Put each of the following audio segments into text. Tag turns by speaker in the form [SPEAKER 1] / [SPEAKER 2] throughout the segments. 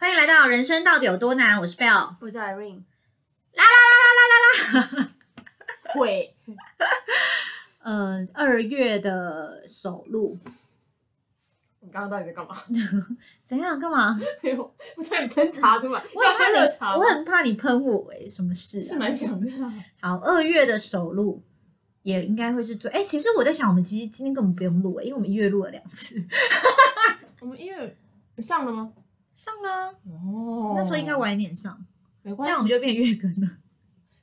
[SPEAKER 1] 来到人生到底有多难？我是 Bell，
[SPEAKER 2] 我叫 Irene，
[SPEAKER 1] 啦啦啦啦啦啦啦。
[SPEAKER 2] 会
[SPEAKER 1] 嗯，二月的首录
[SPEAKER 2] 你刚刚到底在干嘛？
[SPEAKER 1] 怎样？干嘛？
[SPEAKER 2] 没有，我差点喷茶出来，
[SPEAKER 1] 我
[SPEAKER 2] 要
[SPEAKER 1] 很怕
[SPEAKER 2] 喝热茶
[SPEAKER 1] 你，
[SPEAKER 2] 吗，
[SPEAKER 1] 我很怕你喷我哎、什么事、
[SPEAKER 2] 是
[SPEAKER 1] 啊？
[SPEAKER 2] 蛮想的啊。
[SPEAKER 1] 好，二月的首录也应该会是最哎、其实我在想，我们其实今天根本不用录、欸，因为我们一月录了两次，
[SPEAKER 2] 我们音乐上了吗？
[SPEAKER 1] 上啦、
[SPEAKER 2] 哦
[SPEAKER 1] 那时候应该晚一点上，
[SPEAKER 2] 没
[SPEAKER 1] 这
[SPEAKER 2] 关
[SPEAKER 1] 样我
[SPEAKER 2] 系，
[SPEAKER 1] 们就变月更了。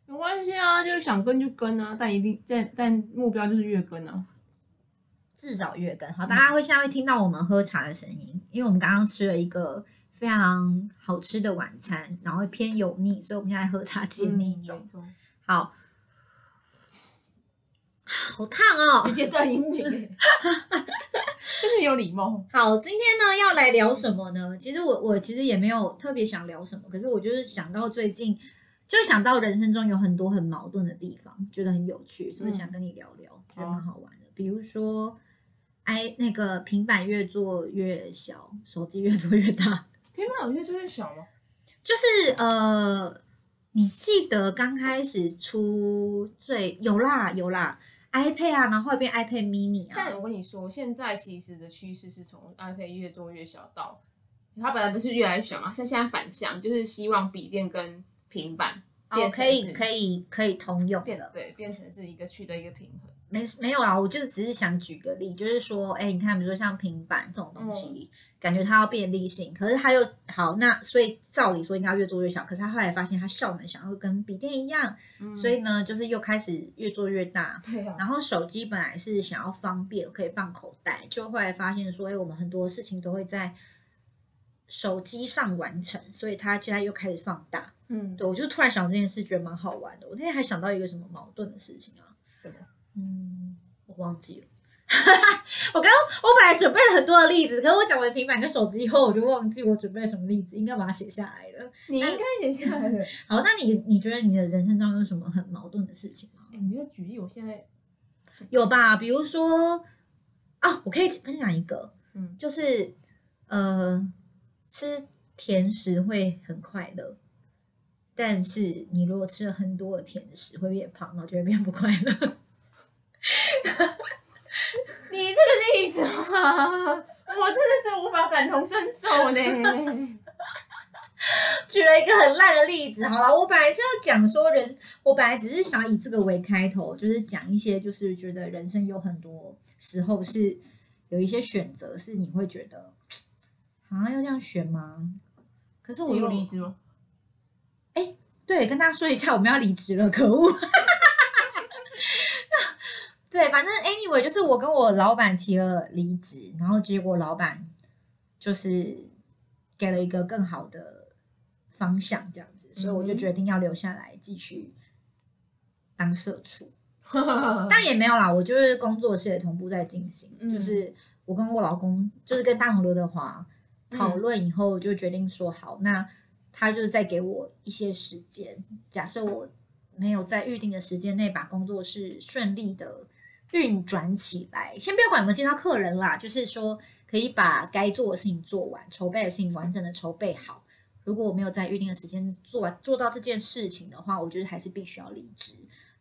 [SPEAKER 2] 没关系啊，就是想跟就跟啊，但一定但但目标就是月更啊。
[SPEAKER 1] 至少月更好，大家会现在会听到我们喝茶的声音，因为我们刚刚吃了一个非常好吃的晚餐，然后偏油腻，所以我们现在喝茶解腻中。
[SPEAKER 2] 嗯没错
[SPEAKER 1] 好，好烫哦！
[SPEAKER 2] 直接断音频，欸 真的有礼貌。
[SPEAKER 1] 好，今天呢要来聊什么呢？其实我我其实也没有特别想聊什么，可是我就是想到最近，就想到人生中有很多很矛盾的地方，觉得很有趣，所以想跟你聊聊，觉得蛮好玩的。比如说，哎，那个平板越做越小，手机越做越大，
[SPEAKER 2] 平板有越做越小吗？
[SPEAKER 1] 就是呃，你记得刚开始出最有啦有啦 iPad 啊，然后后来变 iPad mini 啊，
[SPEAKER 2] 但我跟你说，现在其实的趋势是从 iPad 越做越小到，它本来不是越来越小嘛，像现在反向，就是希望笔电跟平板
[SPEAKER 1] 哦，
[SPEAKER 2] 变
[SPEAKER 1] 可以
[SPEAKER 2] 以
[SPEAKER 1] 可以可以通用
[SPEAKER 2] 变
[SPEAKER 1] 的。
[SPEAKER 2] 对变成是一个去的一个平衡。
[SPEAKER 1] 没没有啊，我就是只是想举个例，就是说，哎、你看，比如说像平板这种东
[SPEAKER 2] 嗯
[SPEAKER 1] 西，感觉它要便利性，可是它又好，那所以照理说应该越做越小，可是它后来发现它效能想要跟笔电一样，
[SPEAKER 2] 嗯
[SPEAKER 1] 所以呢，就是又开始越做越大。
[SPEAKER 2] 对啊，
[SPEAKER 1] 然后手机本来是想要方便，可以放口袋，就后来发现说，哎、我们很多事情都会在手机上完成，所以它现在又开始放大。
[SPEAKER 2] 嗯，
[SPEAKER 1] 对，我就突然想到这件事，觉得蛮好玩的。我那天还想到一个什么矛盾的事情啊，
[SPEAKER 2] 什么？
[SPEAKER 1] 嗯，我忘记了。 我刚刚我本来准备了很多的例子，可是我讲完平板跟手机以后，我就忘记我准备了什么例子，应该把它写下来了。
[SPEAKER 2] 你应该写下来的。
[SPEAKER 1] 好，那你你觉得你的人生中有什么很矛盾的事情吗？
[SPEAKER 2] 哎，你没有举例，我现在
[SPEAKER 1] 有吧？比如说啊，我可以分享一个，
[SPEAKER 2] 嗯
[SPEAKER 1] 就是呃，吃甜食会很快乐，但是你如果吃了很多的甜食，会变胖，然后就会变不快乐。
[SPEAKER 2] 你这个例子嘛， 我真的是无法感同身 受呢。
[SPEAKER 1] 举了一个很烂的例子。好了，我本来是要讲说人，我本来只是想以这个为开头，就是讲一些，就是觉得人生有很多时候是有一些选择，是你会觉得啊要这样选吗？可是我
[SPEAKER 2] 你有
[SPEAKER 1] 又
[SPEAKER 2] 离职 吗？
[SPEAKER 1] 对，跟大家说一下，我们要离职了，可恶。对，反正 anyway，就是我跟我老板提了离职，然后结果老板就是给了一个更好的方向，这样子，所以我就
[SPEAKER 2] 嗯
[SPEAKER 1] 决定要留下来继续当社畜。但也没有啦，我就是工作室也同步在进行，
[SPEAKER 2] 嗯
[SPEAKER 1] 就是我跟我老公，就是跟大红刘德华
[SPEAKER 2] 嗯
[SPEAKER 1] 讨论以后，就决定说好，那他就是再给我一些时间，假设我没有在预定的时间内把工作室顺利的运转起来，先不要管有没有接到客人啦，就是说可以把该做的事情做完，筹备的事情完整的筹备好。如果我没有在预定的时间做完做到这件事情的话，我觉得还是必须要离职。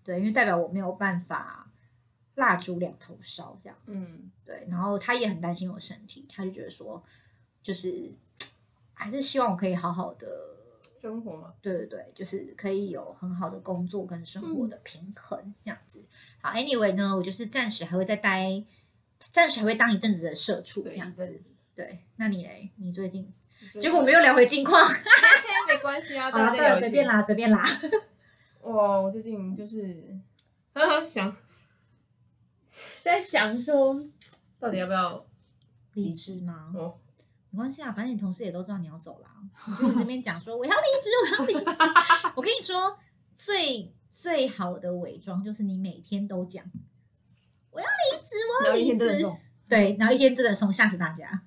[SPEAKER 1] 对，因为代表我没有办法蜡烛两头烧这样。
[SPEAKER 2] 嗯，
[SPEAKER 1] 对，然后他也很担心我身体，他就觉得说，就是还是希望我可以好好的，
[SPEAKER 2] 生活嘛，
[SPEAKER 1] 对对对，就是可以有很好的工作跟生活的
[SPEAKER 2] 嗯
[SPEAKER 1] 平衡这样子。好，anyway 呢，我就是暂时还会再待，暂时还会当一阵子的社畜
[SPEAKER 2] 对，
[SPEAKER 1] 这
[SPEAKER 2] 一
[SPEAKER 1] 样
[SPEAKER 2] 阵
[SPEAKER 1] 子。
[SPEAKER 2] 子。
[SPEAKER 1] 对，那你嘞？你最近？
[SPEAKER 2] 就
[SPEAKER 1] 结果我们又聊回近况。
[SPEAKER 2] OK，没关 系啊，
[SPEAKER 1] 好了，
[SPEAKER 2] 大家
[SPEAKER 1] 算了，
[SPEAKER 2] 有
[SPEAKER 1] 随便啦，随便啦。
[SPEAKER 2] 哇，我最近就是呵呵想 在想说，到底要不要
[SPEAKER 1] 理智吗？
[SPEAKER 2] 哦？
[SPEAKER 1] 没关系啊，反正你同事也都知道你要走啦，你就在那边讲 说我要离职，我要离职。我跟你说，最最好的伪装就是你每天都讲我要离职，我要
[SPEAKER 2] 聊一
[SPEAKER 1] 离
[SPEAKER 2] 天真的
[SPEAKER 1] 职。
[SPEAKER 2] 重，
[SPEAKER 1] 对，然后一天真的送，吓死大家。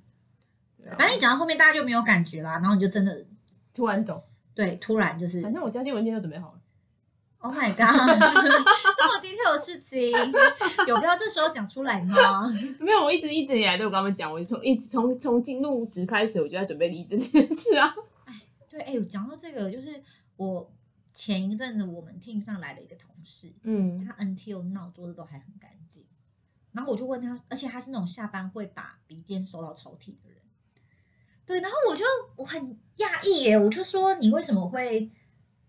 [SPEAKER 2] 对啊
[SPEAKER 1] 反正你讲到后面，大家就没有感觉啦，然后你就真的
[SPEAKER 2] 突然走，
[SPEAKER 1] 对，突然就是
[SPEAKER 2] 反正我交接文件都准备好了。
[SPEAKER 1] Oh my god，这 么 detail 的事情，有必要这时候讲出来吗？
[SPEAKER 2] 没有，我一直一直以来都有跟他们讲，我从一直从从进入职开始，我就在准备离职这件事啊。
[SPEAKER 1] 对，哎、讲到这个，就是我前一阵子我们 team 上来了一个同事，
[SPEAKER 2] 嗯，
[SPEAKER 1] 他 NTO 闹桌子都还很干净。然后我就问他，而且他是那种下班会把笔电收到抽屉的人。对，然后我就我很讶异耶，我就说你为什么会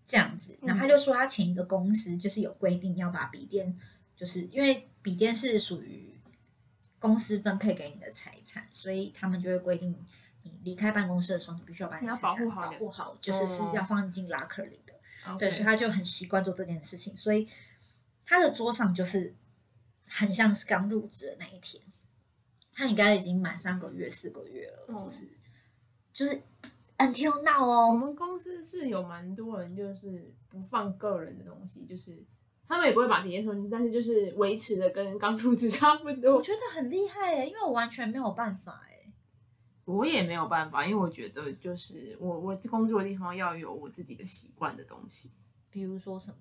[SPEAKER 1] 这样子？
[SPEAKER 2] 嗯
[SPEAKER 1] 然后他就说他前一个公司就是有规定要把笔电，就是因为笔电是属于公司分配给你的财产，所以他们就会规定你离开办公室的时候，你必须要把你的
[SPEAKER 2] 你要
[SPEAKER 1] 财产
[SPEAKER 2] 保护好
[SPEAKER 1] 保
[SPEAKER 2] 你的
[SPEAKER 1] 护好，就是是
[SPEAKER 2] 哦
[SPEAKER 1] 要放进 locker 里的。对，
[SPEAKER 2] 对，
[SPEAKER 1] 所以他就很习惯做这件事情，所以他的桌上就是很像是刚入职的那一天，他应该已经满三个月、四个月了，
[SPEAKER 2] 嗯
[SPEAKER 1] 就是就是 until now
[SPEAKER 2] 我
[SPEAKER 1] 哦，
[SPEAKER 2] 们公司是有蛮多人就是不放个人的东西，就是他们也不会把底线说，但是就是维持的跟刚入职差不
[SPEAKER 1] 我
[SPEAKER 2] 多。
[SPEAKER 1] 觉得很厉害诶，因为我完全没有办法诶。
[SPEAKER 2] 我也没有办法，因为我觉得就是我我工作的地方要有我自己的习惯的东西，
[SPEAKER 1] 比如说什么？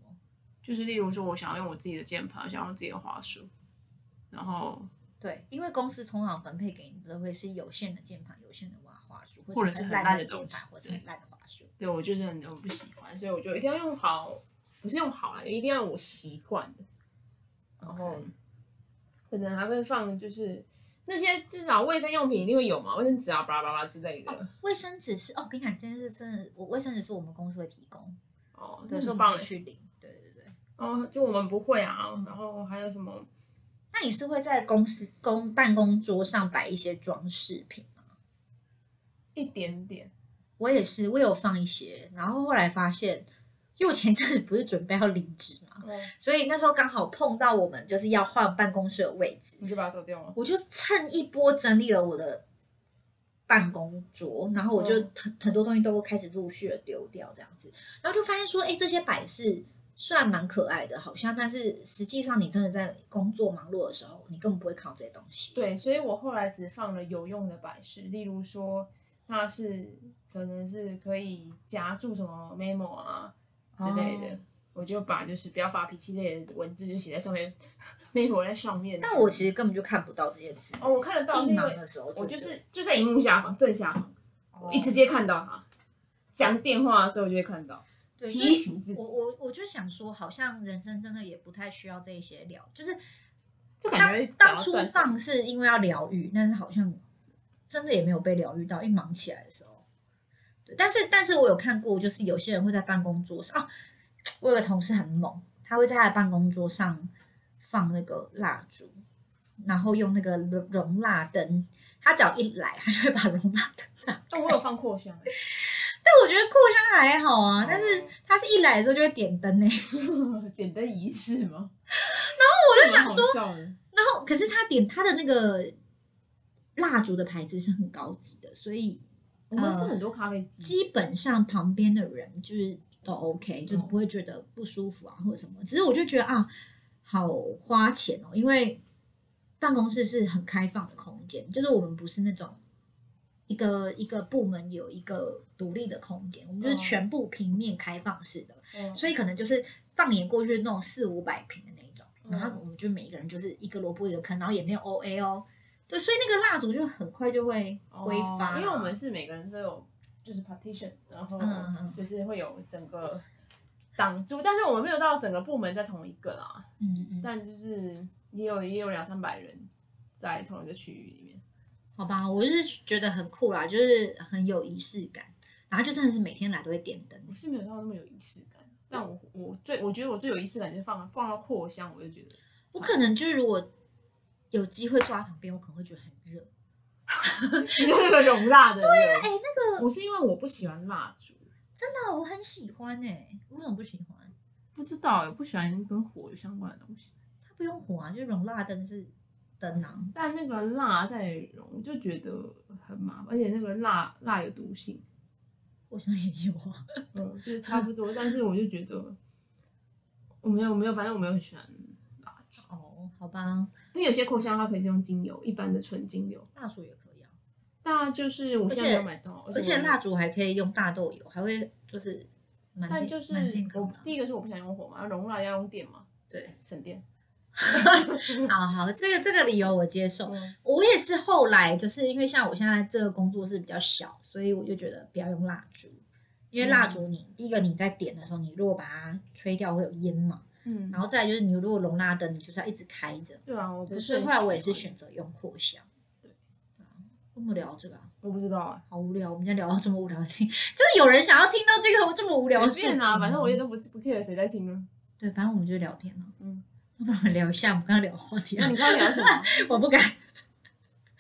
[SPEAKER 2] 就是例如说我想要用我自己的键盘，想要用自己的滑鼠，然后
[SPEAKER 1] 对，因为公司通常分配给你的会是有限的键盘、有限的滑滑鼠，
[SPEAKER 2] 或
[SPEAKER 1] 或
[SPEAKER 2] 者
[SPEAKER 1] 是
[SPEAKER 2] 是很
[SPEAKER 1] 烂
[SPEAKER 2] 烂
[SPEAKER 1] 的
[SPEAKER 2] 的东
[SPEAKER 1] 键
[SPEAKER 2] 西
[SPEAKER 1] 盘，或是很烂的滑鼠。
[SPEAKER 2] 对我就是很我不喜欢，所以我就一定要用好，不是用好啊，一定要我习惯的。然后
[SPEAKER 1] OK
[SPEAKER 2] 可能还会放就是那些至少卫生用品一定会有嘛，卫生纸啊、巴拉巴拉之类的。
[SPEAKER 1] 卫生纸是哦，我跟你讲，这件事真的，我卫生纸是我们公司会提供，
[SPEAKER 2] 哦，
[SPEAKER 1] 对，
[SPEAKER 2] 那
[SPEAKER 1] 所以我
[SPEAKER 2] 很
[SPEAKER 1] 们
[SPEAKER 2] 棒
[SPEAKER 1] 可以
[SPEAKER 2] 欸
[SPEAKER 1] 去领。对对对。
[SPEAKER 2] 哦，就我们不会啊。然后还有什么？
[SPEAKER 1] 那你是会在公司公办公桌上摆一些装饰品吗？
[SPEAKER 2] 一点点，
[SPEAKER 1] 我也是，我有放一些，然后后来发现，因为我前阵子不是准备要离职嘛，
[SPEAKER 2] 哦，
[SPEAKER 1] 所以那时候刚好碰到我们就是要换办公室的位置，
[SPEAKER 2] 你就把它收掉了。
[SPEAKER 1] 我就趁一波整理了我的办公桌，然后我就
[SPEAKER 2] 嗯
[SPEAKER 1] 很很多东西都开始陆续的丢掉这样子，然后就发现说，哎，这些摆饰虽然蛮可爱的，好像，但是实际上你真的在工作忙碌的时候，你根本不会看到这些东西。
[SPEAKER 2] 对，所以我后来只放了有用的摆饰，例如说那是可能是可以夹住什么 memo 啊之类的，
[SPEAKER 1] 哦
[SPEAKER 2] 我就把就是不要发脾气类的文字就写在上面 ，memo 在上面。
[SPEAKER 1] 但我其实根本就看不到这些字。
[SPEAKER 2] 哦，我看得到，是
[SPEAKER 1] 一
[SPEAKER 2] 因
[SPEAKER 1] 忙
[SPEAKER 2] 为
[SPEAKER 1] 的时候，
[SPEAKER 2] 我就是就在荧幕下方正下方，我一直接看到它。讲电话的时候就会看到，
[SPEAKER 1] 对
[SPEAKER 2] 提醒自己
[SPEAKER 1] 我我我就想说，好像人生真的也不太需要这些疗，就是
[SPEAKER 2] 就感
[SPEAKER 1] 当
[SPEAKER 2] 觉找
[SPEAKER 1] 当
[SPEAKER 2] 到
[SPEAKER 1] 初
[SPEAKER 2] 断舍离
[SPEAKER 1] 放是因为要疗愈，但是好像真的也没有被疗愈到。一忙起来的时候，对，但是但是我有看过，就是有些人会在办公桌上，哦，我有个同事很猛，他会在他的办公桌上放那个蜡烛，然后用那个熔熔蜡灯，他只要一来，他就会把熔蜡灯拿
[SPEAKER 2] 哦，我有放扩香、欸，
[SPEAKER 1] 但我觉得扩香还好啊，但是
[SPEAKER 2] 哦
[SPEAKER 1] 他是一来的时候就会点灯欸呢、
[SPEAKER 2] 点灯 仪式吗？然后我
[SPEAKER 1] 就想说嗯
[SPEAKER 2] 说，
[SPEAKER 1] 然后可是他点他的那个蜡烛的牌子是很高级的，所以
[SPEAKER 2] 我们是很多咖啡机，
[SPEAKER 1] 基本上旁边的人就是都
[SPEAKER 2] 嗯
[SPEAKER 1] OK，就是不会觉得不舒服啊或者什么。只是我就觉得啊，好花钱哦，因为办公室是很开放的空间，就是我们不是那种。一个一个部门有一个独立的空间，我们就是
[SPEAKER 2] 哦
[SPEAKER 1] 全部平面开放式的，
[SPEAKER 2] 嗯
[SPEAKER 1] 所以可能就是放眼过去那种四五百平的那一种，
[SPEAKER 2] 嗯
[SPEAKER 1] 然后我们就每一个人就是一个萝卜一个坑，然后也没有 O A 哦，对，所以那个蜡烛就很快就会挥发、
[SPEAKER 2] 哦因为我们是每个人都有就是 partition，然后
[SPEAKER 1] 嗯嗯
[SPEAKER 2] 就是会有整个挡住，但是我们没有到整个部门在同一个啦，
[SPEAKER 1] 嗯嗯，
[SPEAKER 2] 但就是也有也有两三百人在同一个区域里面，
[SPEAKER 1] 好吧，我是觉得很酷啦，就是很有仪式感，然后就真的是每天来都会点灯，
[SPEAKER 2] 我是没有到那么有仪式感，但我我最我觉得我最有仪式感就是放放到扩香，我就觉得
[SPEAKER 1] 我可能就是如果有机会坐在旁边，我可能会觉得很热，
[SPEAKER 2] 你就是个容蜡的人，对啊，哎、
[SPEAKER 1] 那
[SPEAKER 2] 个我是因为我不喜欢蜡烛。
[SPEAKER 1] 真的哦我很喜欢哎、为什么不喜欢？
[SPEAKER 2] 不知道哎，不喜欢跟火有相关的东西。
[SPEAKER 1] 它不用火啊，就是融蜡灯是灯啊，
[SPEAKER 2] 但那个蜡在溶，我就觉得很麻烦，而且那个蜡蜡有毒性，
[SPEAKER 1] 我想也有啊。
[SPEAKER 2] 嗯，就是差不 多。但是我就觉得我没有没有，反正我没有很喜欢蜡，
[SPEAKER 1] 哦，好吧，
[SPEAKER 2] 因为有些扩香它可以是用精油，一般的纯精油。
[SPEAKER 1] 蜡烛也可以啊。
[SPEAKER 2] 那就是我现在没有买到，
[SPEAKER 1] 而且
[SPEAKER 2] 我
[SPEAKER 1] 蜡烛还可以用大豆油，还会就是蛮
[SPEAKER 2] 但
[SPEAKER 1] 健
[SPEAKER 2] 就是
[SPEAKER 1] 蛮健康
[SPEAKER 2] 我
[SPEAKER 1] 的啊。
[SPEAKER 2] 第一个是我不想用火嘛，融蜡要用电嘛，
[SPEAKER 1] 对，
[SPEAKER 2] 省电。
[SPEAKER 1] 好好，这个这个理由我接受。
[SPEAKER 2] 嗯
[SPEAKER 1] 我也是后来就是因为像我现在这个工作室比较小，所以我就觉得不要用蜡烛，因为蜡烛你、第一个你在点的时候，你如果把它吹掉会有烟嘛，
[SPEAKER 2] 嗯
[SPEAKER 1] 然后再来就是你如果容纳灯，你就是要一直开着。
[SPEAKER 2] 对啊，我
[SPEAKER 1] 对
[SPEAKER 2] 不
[SPEAKER 1] 所
[SPEAKER 2] 是
[SPEAKER 1] 以
[SPEAKER 2] 很
[SPEAKER 1] 后来我也
[SPEAKER 2] 喜
[SPEAKER 1] 是
[SPEAKER 2] 欢，
[SPEAKER 1] 选择用扩香。
[SPEAKER 2] 对
[SPEAKER 1] 啊，我们聊这个啊、
[SPEAKER 2] 我不知道啊，
[SPEAKER 1] 好无聊，我们今天聊到这么无聊的事情，就是有人想要听到这个这么无聊的事
[SPEAKER 2] 随
[SPEAKER 1] 情哦
[SPEAKER 2] 便
[SPEAKER 1] 吗
[SPEAKER 2] 啊，反正我也都不不 care 谁在听啊。
[SPEAKER 1] 对，反正我们就聊天了。
[SPEAKER 2] 嗯，
[SPEAKER 1] 要不然我们聊一下，我们刚刚聊话题
[SPEAKER 2] 那
[SPEAKER 1] 啊，
[SPEAKER 2] 你刚刚聊什 么？
[SPEAKER 1] 我不敢，
[SPEAKER 2] 嗯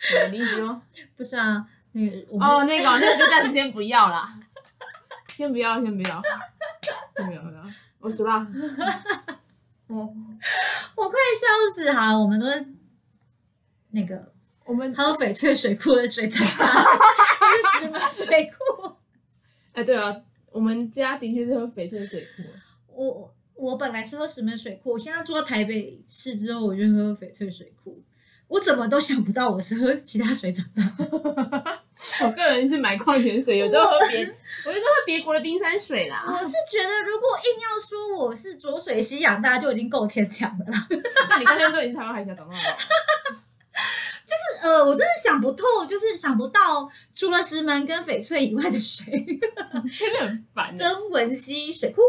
[SPEAKER 2] 你的例子吗？
[SPEAKER 1] 不是啊，那个我们、
[SPEAKER 2] 哦，那个那个就暂时先不要啦， 先不要，先不要，先不要，不要我输了。嗯，
[SPEAKER 1] 我快笑死哈，好我们都是那个
[SPEAKER 2] 我们
[SPEAKER 1] 喝翡翠水库的水长啊大， 那是什么水库？
[SPEAKER 2] 哎，对啊，我们家的确是喝翡翠水库。
[SPEAKER 1] 我我本来是喝石门水库，我现在住到台北市之后，我就喝翡翠水库。我怎么都想不到我是喝其他水长大，
[SPEAKER 2] 我个人是买矿泉水，有时候喝别，我就说喝别国的冰山水啦。
[SPEAKER 1] 我是觉得如果硬要说我是浊水溪养大就已经够牵强了啦。
[SPEAKER 2] 那你刚才说你是台湾海峡啊长大的，
[SPEAKER 1] 呃，我真的想不透，就是想不到除了石门跟翡翠以外的水，
[SPEAKER 2] 真的很烦欸 的。
[SPEAKER 1] 曾文溪水库。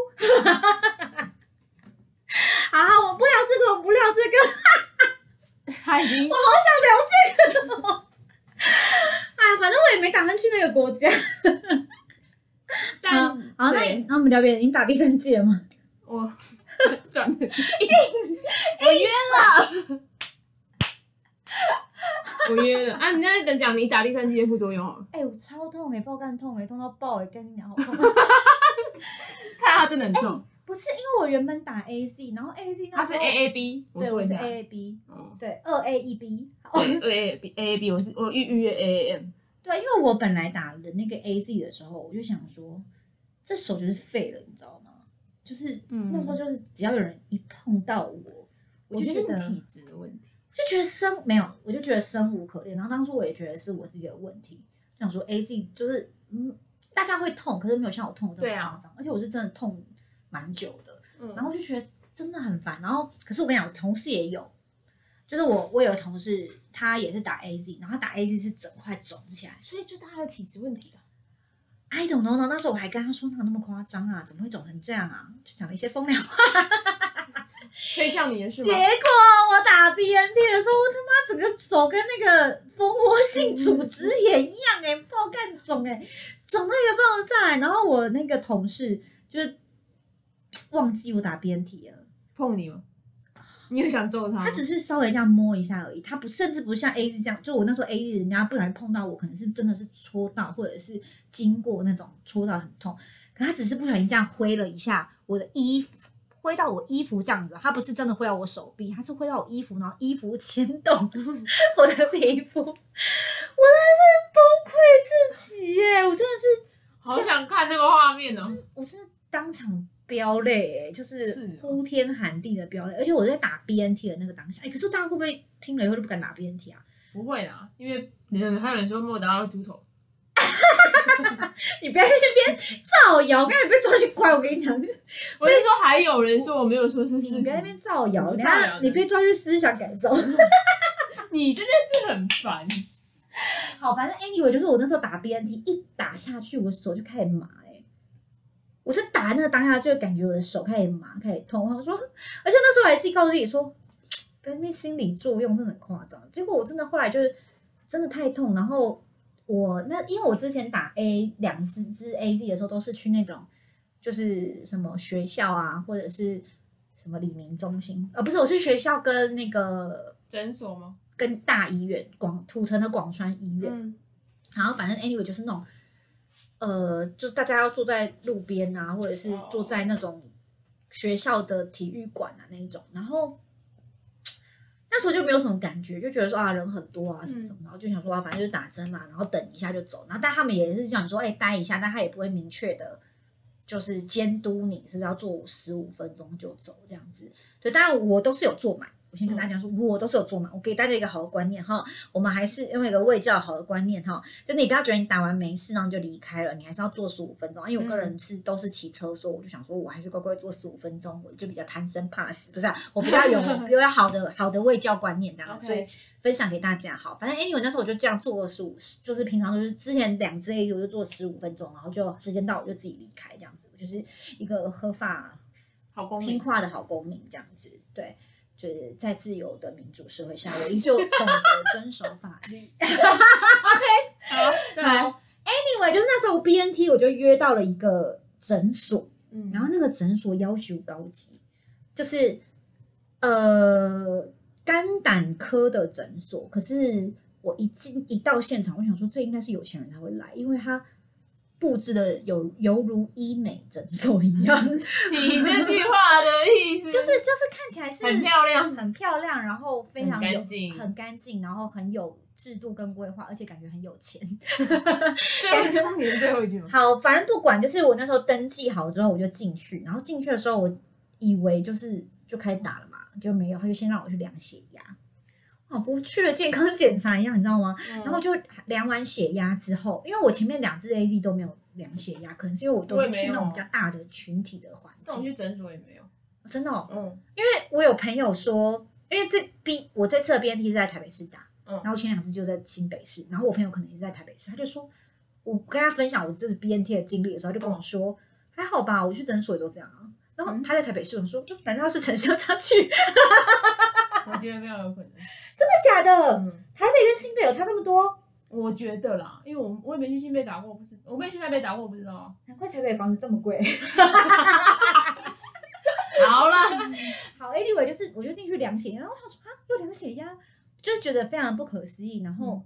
[SPEAKER 1] 好好，我们不聊这个，我们不聊这个，
[SPEAKER 2] 他已经
[SPEAKER 1] 哎，反正我也没打算去那个国家。
[SPEAKER 2] 但
[SPEAKER 1] 好，那
[SPEAKER 2] 对
[SPEAKER 1] 那我们聊别的，你打第三季了吗？
[SPEAKER 2] 我转了，我约了，我约了啊！你那等讲你打第三季的副作用好了，
[SPEAKER 1] 哎、我超痛哎、爆肝痛哎、痛到爆哎、跟你讲好痛。
[SPEAKER 2] 看它真的很痛，
[SPEAKER 1] 不是因为我原本打 A Z，然后 A Z
[SPEAKER 2] 它
[SPEAKER 1] 哎那
[SPEAKER 2] 是
[SPEAKER 1] 时
[SPEAKER 2] A
[SPEAKER 1] 候
[SPEAKER 2] A B，我
[SPEAKER 1] 对，
[SPEAKER 2] 说
[SPEAKER 1] 我
[SPEAKER 2] 一
[SPEAKER 1] 是
[SPEAKER 2] 下，
[SPEAKER 1] A A B，
[SPEAKER 2] 嗯，
[SPEAKER 1] 对，二 A 一 B。
[SPEAKER 2] 对二 A B A A B，我是我预预约 A A M，
[SPEAKER 1] 对，因为我本来打的那个 A Z 的时候，我就想说，这手就是废了，你知道吗？就是、
[SPEAKER 2] 嗯
[SPEAKER 1] 那时候就是只要有人一碰到我，我
[SPEAKER 2] 我
[SPEAKER 1] 就
[SPEAKER 2] 觉
[SPEAKER 1] 觉得
[SPEAKER 2] 得是体质的问题，
[SPEAKER 1] 就觉得生没有，我就觉得生无可恋。然后当初我也觉得是我自己的问题，想说 A Z 就是嗯，大家会痛，可是没有像我痛的这
[SPEAKER 2] 对
[SPEAKER 1] 么
[SPEAKER 2] 啊
[SPEAKER 1] 夸张，而且我是真的痛蛮久的。
[SPEAKER 2] 嗯
[SPEAKER 1] 然后我就觉得真的很烦。然后可是我跟你讲，我同事也有，就是我我有个同事，他也是打 A Z，然后他打 A Z 是整块肿起来。
[SPEAKER 2] 所以就是他的体质问题啊，
[SPEAKER 1] I don't know 呢，那时候我还跟他说哪有那么夸张啊，怎么会肿成这样啊？就讲了一些风凉话。
[SPEAKER 2] 吹向你的是
[SPEAKER 1] 结果
[SPEAKER 2] 吗？
[SPEAKER 1] 我打 BNT 的时候，我他妈整个手跟那个蜂窝性
[SPEAKER 2] 嗯
[SPEAKER 1] 组织也一样哎、爆干肿哎、肿到一个爆炸、欸然后我那个同事就是忘记我打 BNT 了，
[SPEAKER 2] 碰你吗？你有想揍他吗？
[SPEAKER 1] 他只是稍微这样摸一下而已，他不甚至不像 A Z 这样，就我那时候 A Z 人家不然碰到我，可能是真的是戳到或者是经过那种戳到很痛，可他只是不小心这样挥了一下我的衣服，挥到我衣服这样子，他不是真的挥到我手臂，他是挥到我衣服，然后衣服牵动 我的皮肤，我真的是崩溃自己耶，我真的是
[SPEAKER 2] 好想看那个画面哦，
[SPEAKER 1] 我真的当场。飙泪、欸，就是
[SPEAKER 2] 是哦
[SPEAKER 1] 呼天喊地的飙泪，而且我在打 BNT 的那个当下，哎、可是大家会不会听了以后就不敢打 BNT 啊？
[SPEAKER 2] 不会啦，因为嗯还有人说莫达到秃头，
[SPEAKER 1] 你不要在那边造谣，我刚才被抓去关，我跟你讲，你
[SPEAKER 2] 我是说还有人说我没有说是事实
[SPEAKER 1] 不要在那，边造谣，
[SPEAKER 2] 我不
[SPEAKER 1] 等
[SPEAKER 2] 造谣
[SPEAKER 1] 下
[SPEAKER 2] 的
[SPEAKER 1] 你被抓去思想改造。
[SPEAKER 2] 你真的是很烦。
[SPEAKER 1] 好，反正 anyway，就是我那时候打 BNT 一打下去，我手就开始麻、欸，我是打那个当下就感觉我的手开始麻，开始痛，我说， 而且那时候我还自己告诉自己说，不要在那边心理作用真的很夸张。结果我真的后来就是真的太痛，然后我那因为我之前打 A 两支支 A Z 的时候都是去那种就是什么学校啊，或者是什么李明中心，呃，不是，我是学校跟那个
[SPEAKER 2] 诊所吗？
[SPEAKER 1] 跟大医院广土城的广川医院。
[SPEAKER 2] 嗯，
[SPEAKER 1] 然后反正 anyway 就是那种，呃，就是大家要坐在路边啊，或者是
[SPEAKER 2] 哦
[SPEAKER 1] 坐在那种学校的体育馆啊那一种，然后。那时候就没有什么感觉，就觉得说啊人很多啊什么什么，然后就想说啊反正就打针嘛，然后等一下就走。然后但他们也是想说，哎、待一下，但他也不会明确的，就是监督你是不是要做十五分钟就走这样子。对，当然我都是有做满，我我先跟大家讲说，我都是有做嘛，我给大家一个好的观念哈，我们还是因为一个卫教好的观念哈，就是你不要觉得你打完没事，然后你就离开了，你还是要做十五分钟。因为我个人是都是骑车，所以我就想说，我还是乖乖做十五分钟，我就比较贪生怕死，不是、啊？我比较有有好的好的卫教观念这样，
[SPEAKER 2] OK
[SPEAKER 1] 所以分享给大家好。反正 anyway 那时候我就这样做了十五，就是平常就是之前两支 A 我就做十五分钟，然后就时间到我就自己离开这样子，我就是一个合法
[SPEAKER 2] 好公
[SPEAKER 1] 听
[SPEAKER 2] 民，
[SPEAKER 1] 话的好公民这样子，对。就是在自由的民主社会下，我依 旧懂得遵守法律。
[SPEAKER 2] 好，再来，
[SPEAKER 1] 好，Anyway，就是那时候 BNT 我就约到了一个诊所，
[SPEAKER 2] 嗯
[SPEAKER 1] 然后那个诊所要求高级，就是呃肝胆科的诊所。可是我一进一到现场，我想说这应该是有钱人才会来，因为他布置的有犹如医美诊所一样， 就是
[SPEAKER 2] 你这句话的意思
[SPEAKER 1] 就是看起来是
[SPEAKER 2] 很漂亮，
[SPEAKER 1] 很漂亮，然后非常
[SPEAKER 2] 很干
[SPEAKER 1] 有
[SPEAKER 2] 净
[SPEAKER 1] 很干净，然后很有制度跟规划，而且感觉很有钱。
[SPEAKER 2] 最后一哎句，你的最后一句吗？
[SPEAKER 1] 好，反正不管，就是我那时候登记好之后，我就进去，然后进去的时候，我以为就是就开始打了嘛，就没有，他就先让我去量血压，仿佛去了健康检查一样，你知道吗？
[SPEAKER 2] 嗯
[SPEAKER 1] 然后就量完血压之后，因为我前面两支 AZ 都没有量血压，可能是因为我都是
[SPEAKER 2] 我也没
[SPEAKER 1] 去
[SPEAKER 2] 有嗯
[SPEAKER 1] 那种比较大的群体的环
[SPEAKER 2] 但我
[SPEAKER 1] 境，
[SPEAKER 2] 去诊所也没有，
[SPEAKER 1] 真的、哦，
[SPEAKER 2] 嗯，
[SPEAKER 1] 因为我有朋友说，因为这 B 我这次的 BNT 是在台北市打，
[SPEAKER 2] 嗯
[SPEAKER 1] 然后前两次就在新北市，然后我朋友可能也是在台北市，他就说，我跟他分享我这次 BNT 的经历的时候，他就跟我说，还好吧，我去诊所也都这样啊。然后
[SPEAKER 2] 嗯
[SPEAKER 1] 他在台北市，我说，嗯难道是城乡差距？真 的
[SPEAKER 2] 我觉得非常有可能，
[SPEAKER 1] 假的？
[SPEAKER 2] 嗯，
[SPEAKER 1] 台北跟新北有差那么多？
[SPEAKER 2] 我觉得啦，因为我我也没去新北打过，我不知，我没去台北打过，我不知道啊。
[SPEAKER 1] 难怪台北房子这么贵。
[SPEAKER 2] 好啦，
[SPEAKER 1] 好，anyway，就是我就进去量血压，然后我想说啊，又量血压，就是觉得非常不可思议。然后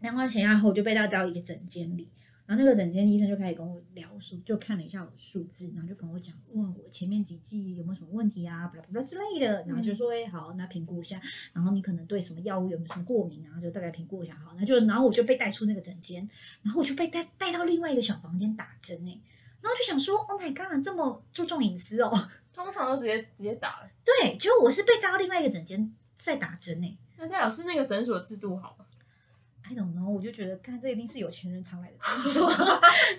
[SPEAKER 1] 量完血压后，我就被带到一个诊间里，然后那个诊间医生就开始跟我聊说，就看了一下我的数字，然后就跟我讲，问我前面几季有没有什么问题啊，巴拉巴拉之类的，然后就说，哎、好，那评估一下，然后你可能对什么药物有没有什么过敏啊，就大概评估一下，好，那就然后我就被带出那个诊间，然后我就被带带到另外一个小房间打针呢、然后就想说，Oh my god，这么注重隐私哦。
[SPEAKER 2] 通常都直接直接打了。
[SPEAKER 1] 对，就我是被带到另外一个诊间在打针呢、
[SPEAKER 2] 那戴老师那个诊所制度好吗？
[SPEAKER 1] I don't know，我就觉得，看这一定是有钱人常来的诊所。 就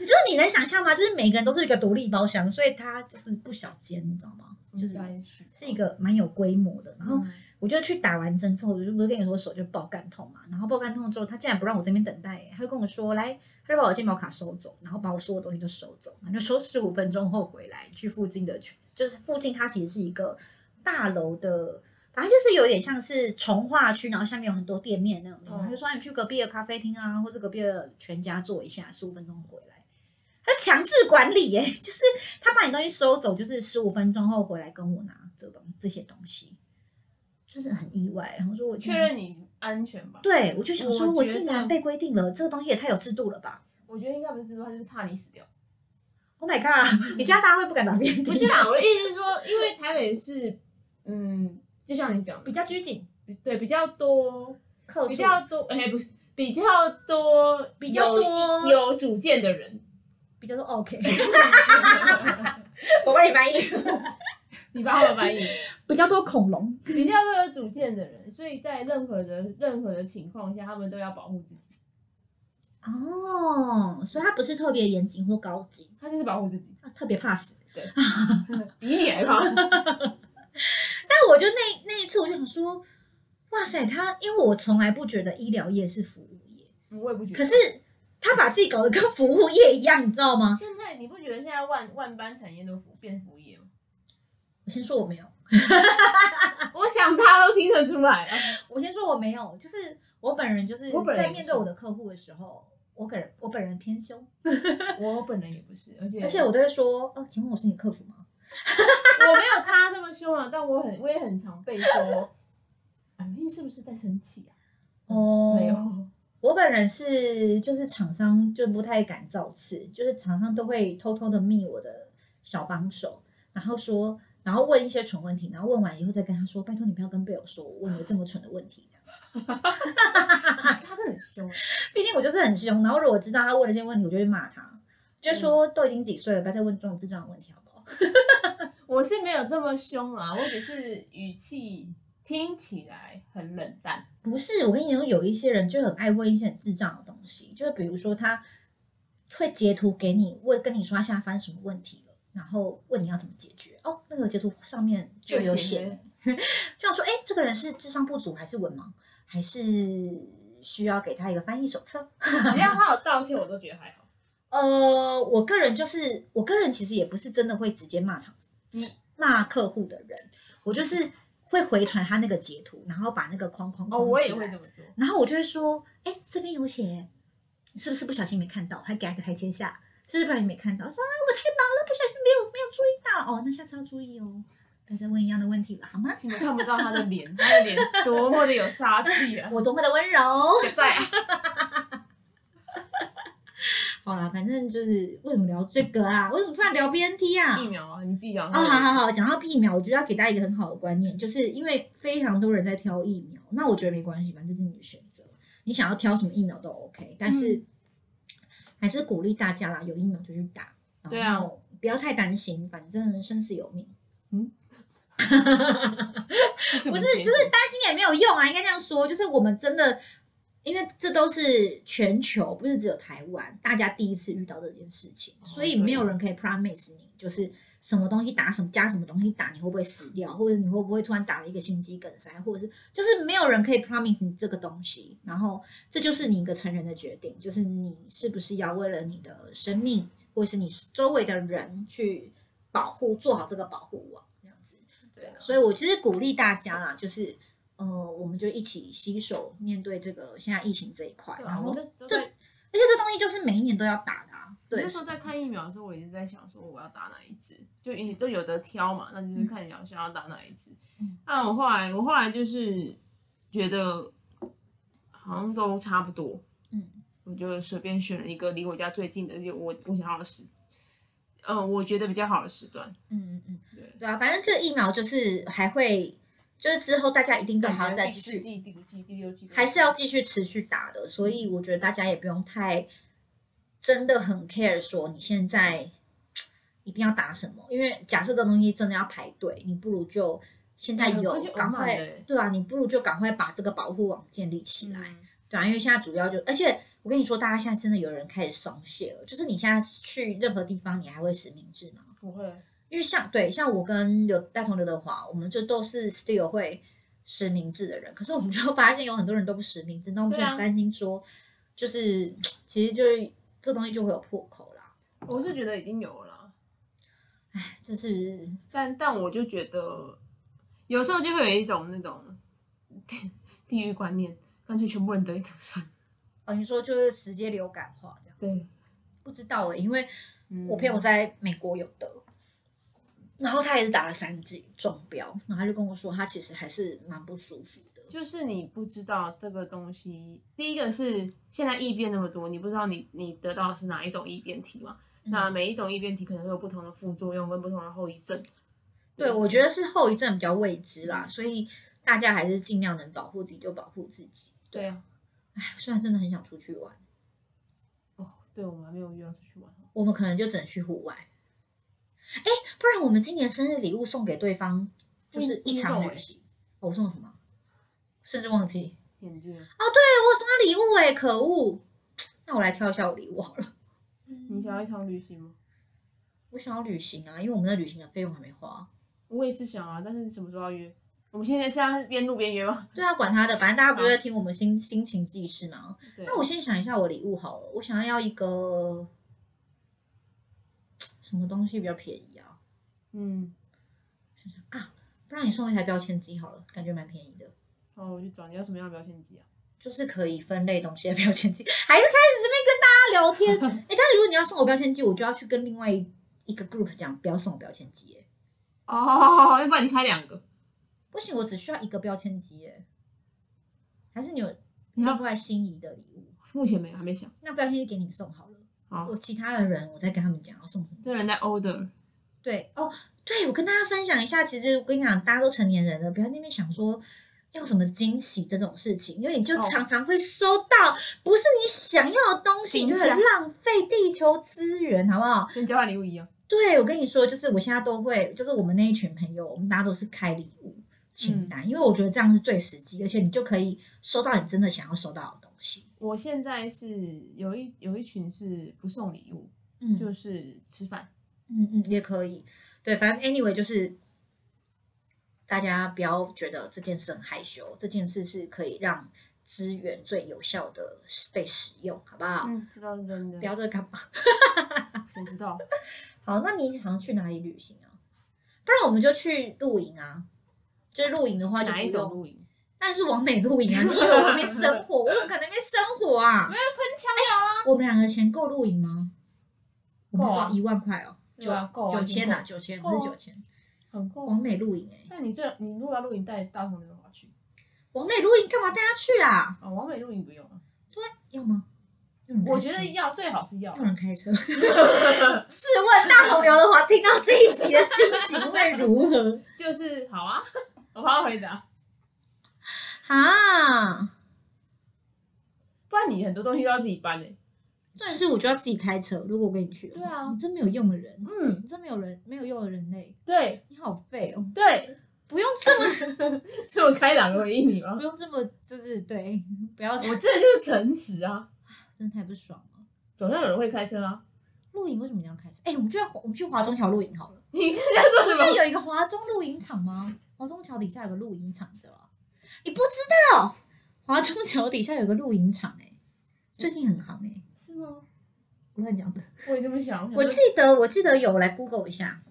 [SPEAKER 1] 是你能想象吗？就是每个人都是一个独立包厢，所以它就是不小间，你知道吗？就是
[SPEAKER 2] 嗯是
[SPEAKER 1] 是一个蛮有规模的。然后
[SPEAKER 2] 嗯
[SPEAKER 1] 我就去打完针之后，我就不是跟你说手就爆干痛嘛，然后爆干痛之后，他竟然不让我这边等待、他就跟我说来，他就把我健保卡收走，然后把我所有东西都收走，然后就收十五分钟后回来去附近的去，就是附近它其实是一个大楼的。反正就是有点像是从化区，然后下面有很多店面那种地方。
[SPEAKER 2] 嗯
[SPEAKER 1] 他就说哎你去隔壁的咖啡厅啊，或者隔壁的全家坐一下，十五分钟回来。他强制管理耶、 就是他把你东西收走，就是十五分钟后回来跟我拿这东这些东西，就是很意外。然后说我竟
[SPEAKER 2] 确
[SPEAKER 1] 然，
[SPEAKER 2] 认你安全吧。
[SPEAKER 1] 对我就想说，
[SPEAKER 2] 我
[SPEAKER 1] 我
[SPEAKER 2] 觉
[SPEAKER 1] 竟
[SPEAKER 2] 得
[SPEAKER 1] 然被规定了，这个东西也太有制度了吧
[SPEAKER 2] 我觉得应该不是制度，他就是怕你死掉。
[SPEAKER 1] ！Oh my god！你家大家会不敢打边地，
[SPEAKER 2] 嗯不是 啦，我的意思是说，因为台北是，嗯，就像你讲的
[SPEAKER 1] 比，较拘谨，
[SPEAKER 2] 对，比较多，
[SPEAKER 1] 客
[SPEAKER 2] 比
[SPEAKER 1] 诉
[SPEAKER 2] 较多，哎、不是，比较多，
[SPEAKER 1] 比较多
[SPEAKER 2] 有有主见的人。
[SPEAKER 1] 比较说 OK，我帮你翻译，
[SPEAKER 2] 你帮我翻译，
[SPEAKER 1] 比较多恐龙。
[SPEAKER 2] 比较多有主见的人，所以在任何的任何的情况下，他们都要保护自己，
[SPEAKER 1] 哦，所以他不是特别严谨或高级，
[SPEAKER 2] 他就是保护自己，
[SPEAKER 1] 他特别怕死。
[SPEAKER 2] 比你还怕。
[SPEAKER 1] 但我就那那一次，我就想说，哇塞，他因为我从来不觉得医疗业是服务业，
[SPEAKER 2] 我也不觉得。
[SPEAKER 1] 可是他把自己搞得跟服务业一样，你知道吗？
[SPEAKER 2] 现在你不觉得现在万万般产业都服变服务业吗？
[SPEAKER 1] 我先说我没有，
[SPEAKER 2] 我想他都听得出来啊。
[SPEAKER 1] 我先说我没有，就是我本人就是
[SPEAKER 2] 我本人
[SPEAKER 1] 在
[SPEAKER 2] 也
[SPEAKER 1] 面
[SPEAKER 2] 是
[SPEAKER 1] 对我的客户的时候，我本人我本人偏凶，
[SPEAKER 2] 我本人也不是，而且
[SPEAKER 1] 而且我都会说，哦，请问我是你客服吗？
[SPEAKER 2] 我没有他这么凶啊，但我很我也很常被说，啊，你是不是在生气啊？
[SPEAKER 1] 哦
[SPEAKER 2] 没有，
[SPEAKER 1] 我本人是就是厂商就不太敢造次，就是厂商都会偷偷的密我的小帮手，然后说，然后问一些蠢问题，然后问完以后再跟他说，拜托你不要跟贝尔说我问了这么蠢的问题。
[SPEAKER 2] 他真的很凶。
[SPEAKER 1] 毕竟我就是很凶，然后如果知道他问了这些问题，我就会骂他，就说都已经几岁了，不要再问这种智障的问题好不好？
[SPEAKER 2] 我是没有这么凶啊，我只是语气听起来很冷淡，
[SPEAKER 1] 不是，我跟你说，有一些人就很爱问一些很智障的东西，就是比如说他会截图给你，问跟你说他现在发生什么问题了，然后问你要怎么解决。哦，那个截图上面就有写了， 就想说，哎，这个人是智商不足还是文盲，还是需要给他一个翻译手册？
[SPEAKER 2] 只要他有道歉，我都觉得还好。
[SPEAKER 1] 呃，我个人就是，我个人其实也不是真的会直接骂厂
[SPEAKER 2] 你
[SPEAKER 1] 骂客户的人，我就是会回传他那个截图，然后把那个框框
[SPEAKER 2] 哦，
[SPEAKER 1] 框
[SPEAKER 2] 我
[SPEAKER 1] 起
[SPEAKER 2] 也
[SPEAKER 1] 来
[SPEAKER 2] 会这么做。
[SPEAKER 1] 然后我就会说，哎，这边有写，你是不是不小心没看到？还给他一个台阶下，是不是不小心没看到？说啊，我太忙了，不小心没有没有注意到。哦，那下次要注意哦，不要再问一样的问题了，好吗？
[SPEAKER 2] 你们看不到 他的脸，他的脸多么的有杀气啊！
[SPEAKER 1] 我多么的温柔。
[SPEAKER 2] 比赛啊，
[SPEAKER 1] 好啦，反正就是为什么聊这个啊？为什么突然聊 BNT 啊？
[SPEAKER 2] 疫苗啊，你自己讲。
[SPEAKER 1] 哦，好好好，讲到疫苗，我觉得要给大家一个很好的观念，就是因为非常多人在挑疫苗，那我觉得没关系，反正这是你的选择，你想要挑什么疫苗都 OK，但是、
[SPEAKER 2] 嗯
[SPEAKER 1] 还是鼓励大家啦，有疫苗就去打，
[SPEAKER 2] 对啊，
[SPEAKER 1] 不要太担心，反正生死有命，
[SPEAKER 2] 不
[SPEAKER 1] 不是就是担心也没有用啊，应该这样说，就是我们真的。因为这都是全球，不是只有台湾，大家第一次遇到这件事情，
[SPEAKER 2] 哦
[SPEAKER 1] 所以
[SPEAKER 2] 对
[SPEAKER 1] 没有人可以 promise 你，就是什么东西打什么加什么东西打，你会不会死掉，或者你会不会突然打了一个心肌梗塞，或者是就是没有人可以 promise 你这个东西。然后这就是你一个成人的决定，就是你是不是要为了你的生命，或者是你周围的人去保护，做好这个保护网，这样子。
[SPEAKER 2] 对啊
[SPEAKER 1] 所以我其实鼓励大家啦，就是呃，我们就一起携手面对这个现在疫情这一块。
[SPEAKER 2] 对
[SPEAKER 1] 然
[SPEAKER 2] 啊，
[SPEAKER 1] 后，
[SPEAKER 2] 我
[SPEAKER 1] 而且
[SPEAKER 2] 那时候在
[SPEAKER 1] 这东西就是每一年都要打的、啊，
[SPEAKER 2] 我
[SPEAKER 1] 对
[SPEAKER 2] 那，时候在看疫苗的时候，我一直在想说我要打哪一支，就你都有得挑嘛，那就是看你要想要打哪一支。
[SPEAKER 1] 嗯
[SPEAKER 2] 那我后来我后来就是觉得好像都差不多，
[SPEAKER 1] 嗯，
[SPEAKER 2] 我就随便选了一个离我家最近的，就我我想要的时，呃，我觉得比较好的时段。
[SPEAKER 1] 嗯嗯嗯，
[SPEAKER 2] 对，
[SPEAKER 1] 对啊，反正这个疫苗就是还会，就是之后大家一定都还要再
[SPEAKER 2] 第
[SPEAKER 1] 继
[SPEAKER 2] 四
[SPEAKER 1] 续
[SPEAKER 2] 季、第五季、第六季
[SPEAKER 1] 还是要继续持续打的，所以我觉得大家也不用太真的很 care 说你现在一定要打什么，因为假设这东西真的要排队，你不如就现在
[SPEAKER 2] 对啊很快
[SPEAKER 1] 有
[SPEAKER 2] 就
[SPEAKER 1] 赶
[SPEAKER 2] 满了
[SPEAKER 1] 快
[SPEAKER 2] 欸
[SPEAKER 1] 对啊，你不如就赶快把这个保护网建立起来，
[SPEAKER 2] 嗯
[SPEAKER 1] 对啊，因为现在主要就而且我跟你说，大家现在真的有人开始松懈了，就是你现在去任何地方，你还会实名制吗？
[SPEAKER 2] 不会，
[SPEAKER 1] 因为像对像我跟刘大同刘德华，我们就都是 still 会实名制的人，可是我们就发现有很多人都不实名制，那我们就
[SPEAKER 2] 对啊
[SPEAKER 1] 很担心说，就是其实就是这东西就会有破口啦。
[SPEAKER 2] 我是觉得已经有了啦。
[SPEAKER 1] 唉，这是
[SPEAKER 2] 但但我就觉得，有时候就会有一种那种地域观念，干脆全部人得一得算。
[SPEAKER 1] 哦，你说就是直接流感化这样，
[SPEAKER 2] 对，
[SPEAKER 1] 不知道诶、欸因为
[SPEAKER 2] 嗯
[SPEAKER 1] 我朋友在美国有得，然后他也是打了三剂中标，然后他就跟我说他其实还是蛮不舒服的。
[SPEAKER 2] 就是你不知道这个东西，第一个是现在异变那么多，你不知道你你得到的是哪一种异变体嘛？那
[SPEAKER 1] 嗯
[SPEAKER 2] 每一种异变体可能会有不同的副作用跟不同的后遗症。
[SPEAKER 1] 对，我觉得是后遗症比较未知啦，所以大家还是尽量能保护自己就保护自己。
[SPEAKER 2] 对啊，
[SPEAKER 1] 唉，虽然真的很想出去玩，
[SPEAKER 2] 哦，对我们还没有约要出去玩。哦
[SPEAKER 1] 我们可能就只能去户外。哎，不然我们今年生日礼物送给对方就是
[SPEAKER 2] 你
[SPEAKER 1] 一
[SPEAKER 2] 你送
[SPEAKER 1] 场
[SPEAKER 2] 我
[SPEAKER 1] 旅行。哦我送了什么？甚至忘记。
[SPEAKER 2] 眼镜，
[SPEAKER 1] 哎，我送他礼物哎，可恶！那我来挑一下我礼物好了。
[SPEAKER 2] 你想要一场旅行吗？
[SPEAKER 1] 我想要旅行啊，因为我们的旅行的费用还没花。
[SPEAKER 2] 我也是想啊，但是什么时候要约？我们现在是要边录边约吗？
[SPEAKER 1] 对啊，管他的，反正大家不是在听我们心心情记事嘛。
[SPEAKER 2] 对
[SPEAKER 1] 那我先想一下我礼物好了，我想要一个什么东西比较便宜啊？
[SPEAKER 2] 嗯，
[SPEAKER 1] 不然你送我一台标签机好了，感觉蛮便宜的，
[SPEAKER 2] 好，我去找你要什么样的标签机啊？
[SPEAKER 1] 就是可以分类东西的 标签机。还是开始这边跟大家聊 天，哎、但是如果你要送我标签机，我就要去跟另外一一个 group 讲不要送我标签机、哎，
[SPEAKER 2] 哦，要不然你开两个，
[SPEAKER 1] 不行，我只需要一个标签机，哎，还是你有
[SPEAKER 2] 你要
[SPEAKER 1] 另外心仪的礼物？
[SPEAKER 2] 目前没有，还没想。
[SPEAKER 1] 那标签机给你送好了，
[SPEAKER 2] 好
[SPEAKER 1] 我，其他的人我再跟他们讲要送什么。
[SPEAKER 2] 这人在 order，
[SPEAKER 1] 对哦，对，我跟大家分享一下，其实我跟你讲，大家都成年人了，不要在那边想说要什么惊喜这种事情，因为你就
[SPEAKER 2] 哦
[SPEAKER 1] 常常会收到不是你想要的东西，你
[SPEAKER 2] 惊
[SPEAKER 1] 就
[SPEAKER 2] 吓
[SPEAKER 1] 很浪费地球资源，好不好？
[SPEAKER 2] 跟交换礼物一样。
[SPEAKER 1] 对，我跟你说，就是我现在都会，就是我们那一群朋友，我们大家都是开礼物，清
[SPEAKER 2] 嗯
[SPEAKER 1] 单，因为我觉得这样是最实际，而且你就可以收到你真的想要收到的东西。
[SPEAKER 2] 我现在是有一有一群是不送礼物，
[SPEAKER 1] 嗯
[SPEAKER 2] 就是吃饭。
[SPEAKER 1] 嗯嗯，也可以。对，反正 anyway 就是，大家不要觉得这件事很害羞，这件事是可以让资源最有效的被使用，好不好？
[SPEAKER 2] 嗯，知道是真的。
[SPEAKER 1] 聊这个干嘛？
[SPEAKER 2] 谁知道？
[SPEAKER 1] 好，那你想要去哪里旅行啊？不然我们就去露营啊。就是露营的话就
[SPEAKER 2] 哪
[SPEAKER 1] 不
[SPEAKER 2] 一种
[SPEAKER 1] 用，
[SPEAKER 2] 露营？没
[SPEAKER 1] 但是往美露营啊！你以为我在那边生火？我怎么可能在那边生火啊？哎
[SPEAKER 2] 有喷枪了啊！
[SPEAKER 1] 我们两个钱够露营吗？我们
[SPEAKER 2] 够啊
[SPEAKER 1] 多一万块哦，九
[SPEAKER 2] 对啊够啊
[SPEAKER 1] 九千啊，
[SPEAKER 2] 已
[SPEAKER 1] 九千
[SPEAKER 2] 够啊
[SPEAKER 1] 不是九千，
[SPEAKER 2] 很够
[SPEAKER 1] 往
[SPEAKER 2] 啊。
[SPEAKER 1] 美露营哎、
[SPEAKER 2] 那你这你如果要露营，带大同那个滑去
[SPEAKER 1] 王美露营干嘛带他去啊？
[SPEAKER 2] 啊，完美露营不用啊。
[SPEAKER 1] 要吗？有人开车
[SPEAKER 2] 我觉得要最好是要
[SPEAKER 1] 有人开车。 试问大红刘德华听到这一集的心情会如何？
[SPEAKER 2] 就是好啊， 我好好回答。
[SPEAKER 1] 啊，
[SPEAKER 2] 不然你很多东西都要自己搬呢、欸
[SPEAKER 1] 重点是我就要自己开车。如果我跟你去的话，
[SPEAKER 2] 对啊
[SPEAKER 1] 你真没有用的人，
[SPEAKER 2] 嗯，
[SPEAKER 1] 你真没有人没有用的人类，
[SPEAKER 2] 对
[SPEAKER 1] 你好废哦！
[SPEAKER 2] 对，
[SPEAKER 1] 不用这么，
[SPEAKER 2] 是我开朗的回应你吗
[SPEAKER 1] 不？用这么，就是对，不要
[SPEAKER 2] 我这就是诚实啊，
[SPEAKER 1] 真的太不爽了。
[SPEAKER 2] 总要有人会开车啊。
[SPEAKER 1] 露营为什么你要开车？哎、我们去我们去华中桥露营好了。
[SPEAKER 2] 你是在做
[SPEAKER 1] 不
[SPEAKER 2] 什
[SPEAKER 1] 是
[SPEAKER 2] 么？
[SPEAKER 1] 有一个华中露营场吗？华中桥底下有个露营场，你知道吗？你不知道，华中桥底下有个露营场、欸，最近很行哎、
[SPEAKER 2] 是吗？
[SPEAKER 1] 我乱讲的。
[SPEAKER 2] 我也这么想。
[SPEAKER 1] 我
[SPEAKER 2] 我想
[SPEAKER 1] 记
[SPEAKER 2] 说
[SPEAKER 1] 得我记得有，我来 Google 一下。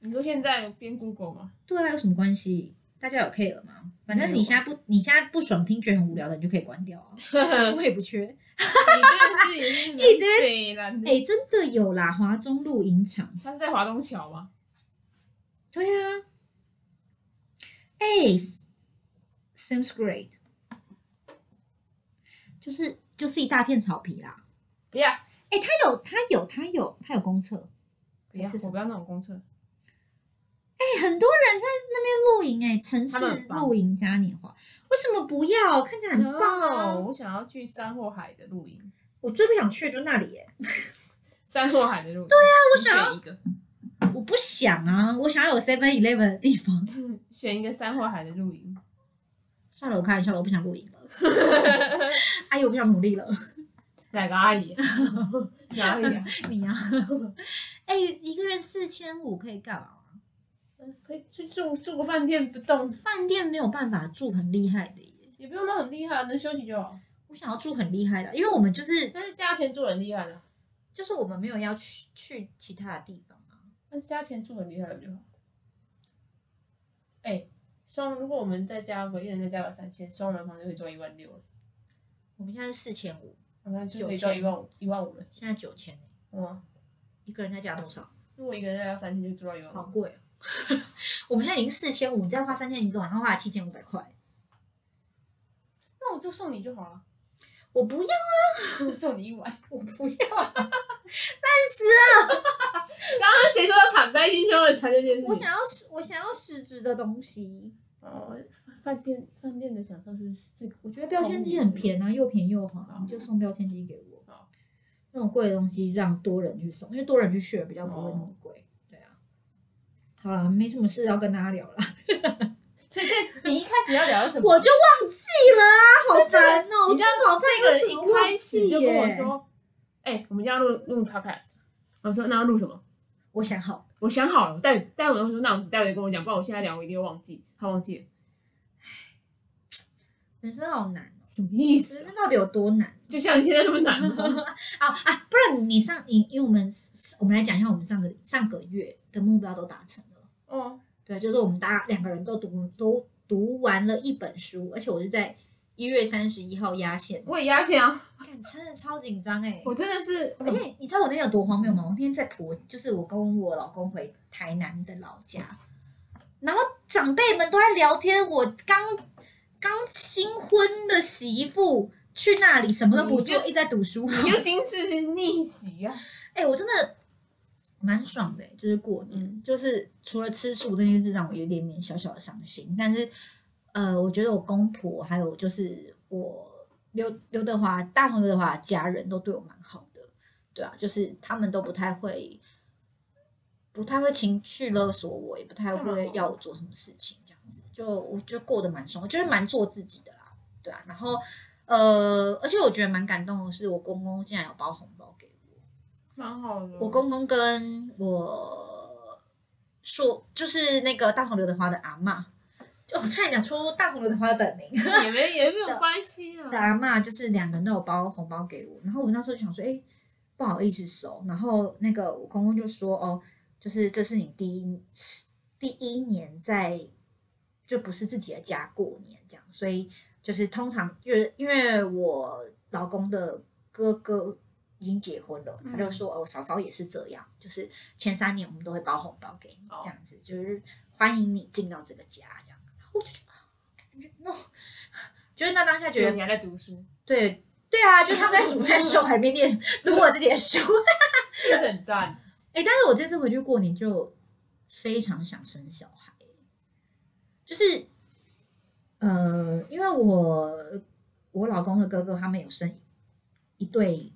[SPEAKER 2] 你说现在编 Google 吗？
[SPEAKER 1] 对啊，有什么关系？大家有 care 吗？反正你现在不，你现在不爽听觉得很无聊的，你就可以关掉 啊。我也不缺。
[SPEAKER 2] 你真 的是也是蛮北蓝
[SPEAKER 1] 哎、
[SPEAKER 2] 的。
[SPEAKER 1] 真的有啦，华中露营场。
[SPEAKER 2] 他是在华东桥吗？
[SPEAKER 1] 对啊。哎、s a m e s Great，就是就是一大片草皮啦。
[SPEAKER 2] 不要
[SPEAKER 1] 哎、他有，他有，他有，他有公厕。
[SPEAKER 2] 不要
[SPEAKER 1] 是，什
[SPEAKER 2] 我不要那种公厕。
[SPEAKER 1] 哎、很多人在那边露营、哎，城
[SPEAKER 2] 他们
[SPEAKER 1] 市
[SPEAKER 2] 很棒
[SPEAKER 1] 露营嘉年华，为什么不要？看起来很棒
[SPEAKER 2] 哦
[SPEAKER 1] 哦。
[SPEAKER 2] 我想要去山或海的露营。
[SPEAKER 1] 我最不想去的就是那里、哎，
[SPEAKER 2] 山或海的露营。对啊，
[SPEAKER 1] 我想要
[SPEAKER 2] 选一个，
[SPEAKER 1] 我不想啊，我想要有 Seven Eleven 的地方。
[SPEAKER 2] 选一个山或海的露营。
[SPEAKER 1] 算了，我开玩笑了，我不想露营 了。阿姨，我不想努力了。
[SPEAKER 2] 哪个阿姨、啊？哪里啊？
[SPEAKER 1] 你呀、哎、一个人四千五可以干嘛？
[SPEAKER 2] 可以去住住个饭店不动，
[SPEAKER 1] 饭店没有办法住很厉害的耶，
[SPEAKER 2] 也不用到很厉害，啊能休息就好。
[SPEAKER 1] 我想要住很厉害的，因为我们就是
[SPEAKER 2] 但是加钱住很厉害的，啊
[SPEAKER 1] 就是我们没有要去去其他的地方啊。
[SPEAKER 2] 但是加钱住很厉害的就好。哎、双如果我们再加个一人再加个三千，双人房就可以赚一万六了，
[SPEAKER 1] 我们现在是四千五，
[SPEAKER 2] 然后就可以赚一万五一万五了。
[SPEAKER 1] 现在九千，
[SPEAKER 2] 哇，
[SPEAKER 1] 一个人再加多少？
[SPEAKER 2] 如果一个人再加三千，就住到一万
[SPEAKER 1] 好
[SPEAKER 2] 五。
[SPEAKER 1] 贵哦！ 我们现在已经四千五，你再花三千，你一个晚上花了七千五百块。
[SPEAKER 2] 那我就送你就好了，
[SPEAKER 1] 我不要，
[SPEAKER 2] 送你一碗。
[SPEAKER 1] 我不要啊，
[SPEAKER 2] 刚刚谁说要敞开心胸的谈这件事？
[SPEAKER 1] 我想要实，我想要实质的东西。
[SPEAKER 2] 哦，饭店饭店的享受是是，
[SPEAKER 1] 我觉得标签机很便宜啊，又便宜又好，你就送标签机给我
[SPEAKER 2] 好。
[SPEAKER 1] 那种贵的东西让多人去送，因为多人去 share 比较不会那么贵。对啊，好了，没什么事要跟大家聊了，
[SPEAKER 2] 所以这你一开始要聊什么？
[SPEAKER 1] 我就忘记了 啊，好烦哦！
[SPEAKER 2] 你知道
[SPEAKER 1] 我吃饱饭
[SPEAKER 2] 这个人
[SPEAKER 1] 都
[SPEAKER 2] 一开始就跟我
[SPEAKER 1] 怎么忘记耶，
[SPEAKER 2] 说：“哎、我们今天要录录 podcast。”我说：“那要录什么
[SPEAKER 1] 我想好，？”
[SPEAKER 2] 我想好了，我待待会儿说：“那我待会儿跟我讲，不然我现在聊我一定会忘记。”他忘记了，
[SPEAKER 1] 人生好难哦，
[SPEAKER 2] 什么意
[SPEAKER 1] 人
[SPEAKER 2] 思？
[SPEAKER 1] 生到底有多难？
[SPEAKER 2] 就像你现在这么难吗？
[SPEAKER 1] 啊啊！不然你上你，因为我们我们来讲一下我们上个上个月的目标都达成了。
[SPEAKER 2] 哦，
[SPEAKER 1] 对，就是我们大家两个人都读都读完了一本书，而且我是在一月三十一号压线，
[SPEAKER 2] 我也压线啊！
[SPEAKER 1] 看真的超紧张哎、
[SPEAKER 2] 我真的是，
[SPEAKER 1] 而且你知道我那天有多荒谬吗？我那天在婆，就是我跟我老公回台南的老家，然后长辈们都在聊天，我刚刚新婚的媳妇去那里什么都不做，一直在读书。
[SPEAKER 2] 你就精致是逆袭啊！
[SPEAKER 1] 哎、我真的蛮爽的欸、就是过年，
[SPEAKER 2] 嗯
[SPEAKER 1] 就是除了吃素这件事让我有一点点小小的伤心，但是呃，我觉得我公婆还有就是我刘刘德华大同刘德华的家人都对我蛮好的，对啊，就是他们都不太会。不太会情绪勒索我，也不太
[SPEAKER 2] 这样
[SPEAKER 1] 会
[SPEAKER 2] 好
[SPEAKER 1] 要我做什么事情，这样子就我就过得蛮松，就是蛮做自己的啦，对啊。然后呃，而且我觉得蛮感动的是，我公公竟然有包红包给我。
[SPEAKER 2] 蛮好的。
[SPEAKER 1] 我公公跟我说，就是那个大同刘德华的阿嬷，就我差点讲出大同刘德华的本名。
[SPEAKER 2] 也没也没有关系
[SPEAKER 1] 的
[SPEAKER 2] 啊。
[SPEAKER 1] 阿嬷就是两个人都有包红包给我，然后我那时候就想说，哎、不好意思收。然后那个我公公就说，哦，就是这是你第一第一年在就不是自己的家过年这样，所以就是通常就是因为我老公的哥哥已经结婚了，他就说，哦，嫂嫂也是这样，就是前三年我们都会包红包给你，
[SPEAKER 2] 哦
[SPEAKER 1] 这样子就是欢迎你进到这个家这样。我就觉得啊感觉 no，就是那当下觉
[SPEAKER 2] 觉
[SPEAKER 1] 得
[SPEAKER 2] 得你还在读书，
[SPEAKER 1] 对对啊，就是他们在煮饭的时候还没念读我这点书。
[SPEAKER 2] 这是很赞。
[SPEAKER 1] 哎、但是我这次回去过年就非常想生小孩，就是呃，因为我我老公的哥哥他们有生一对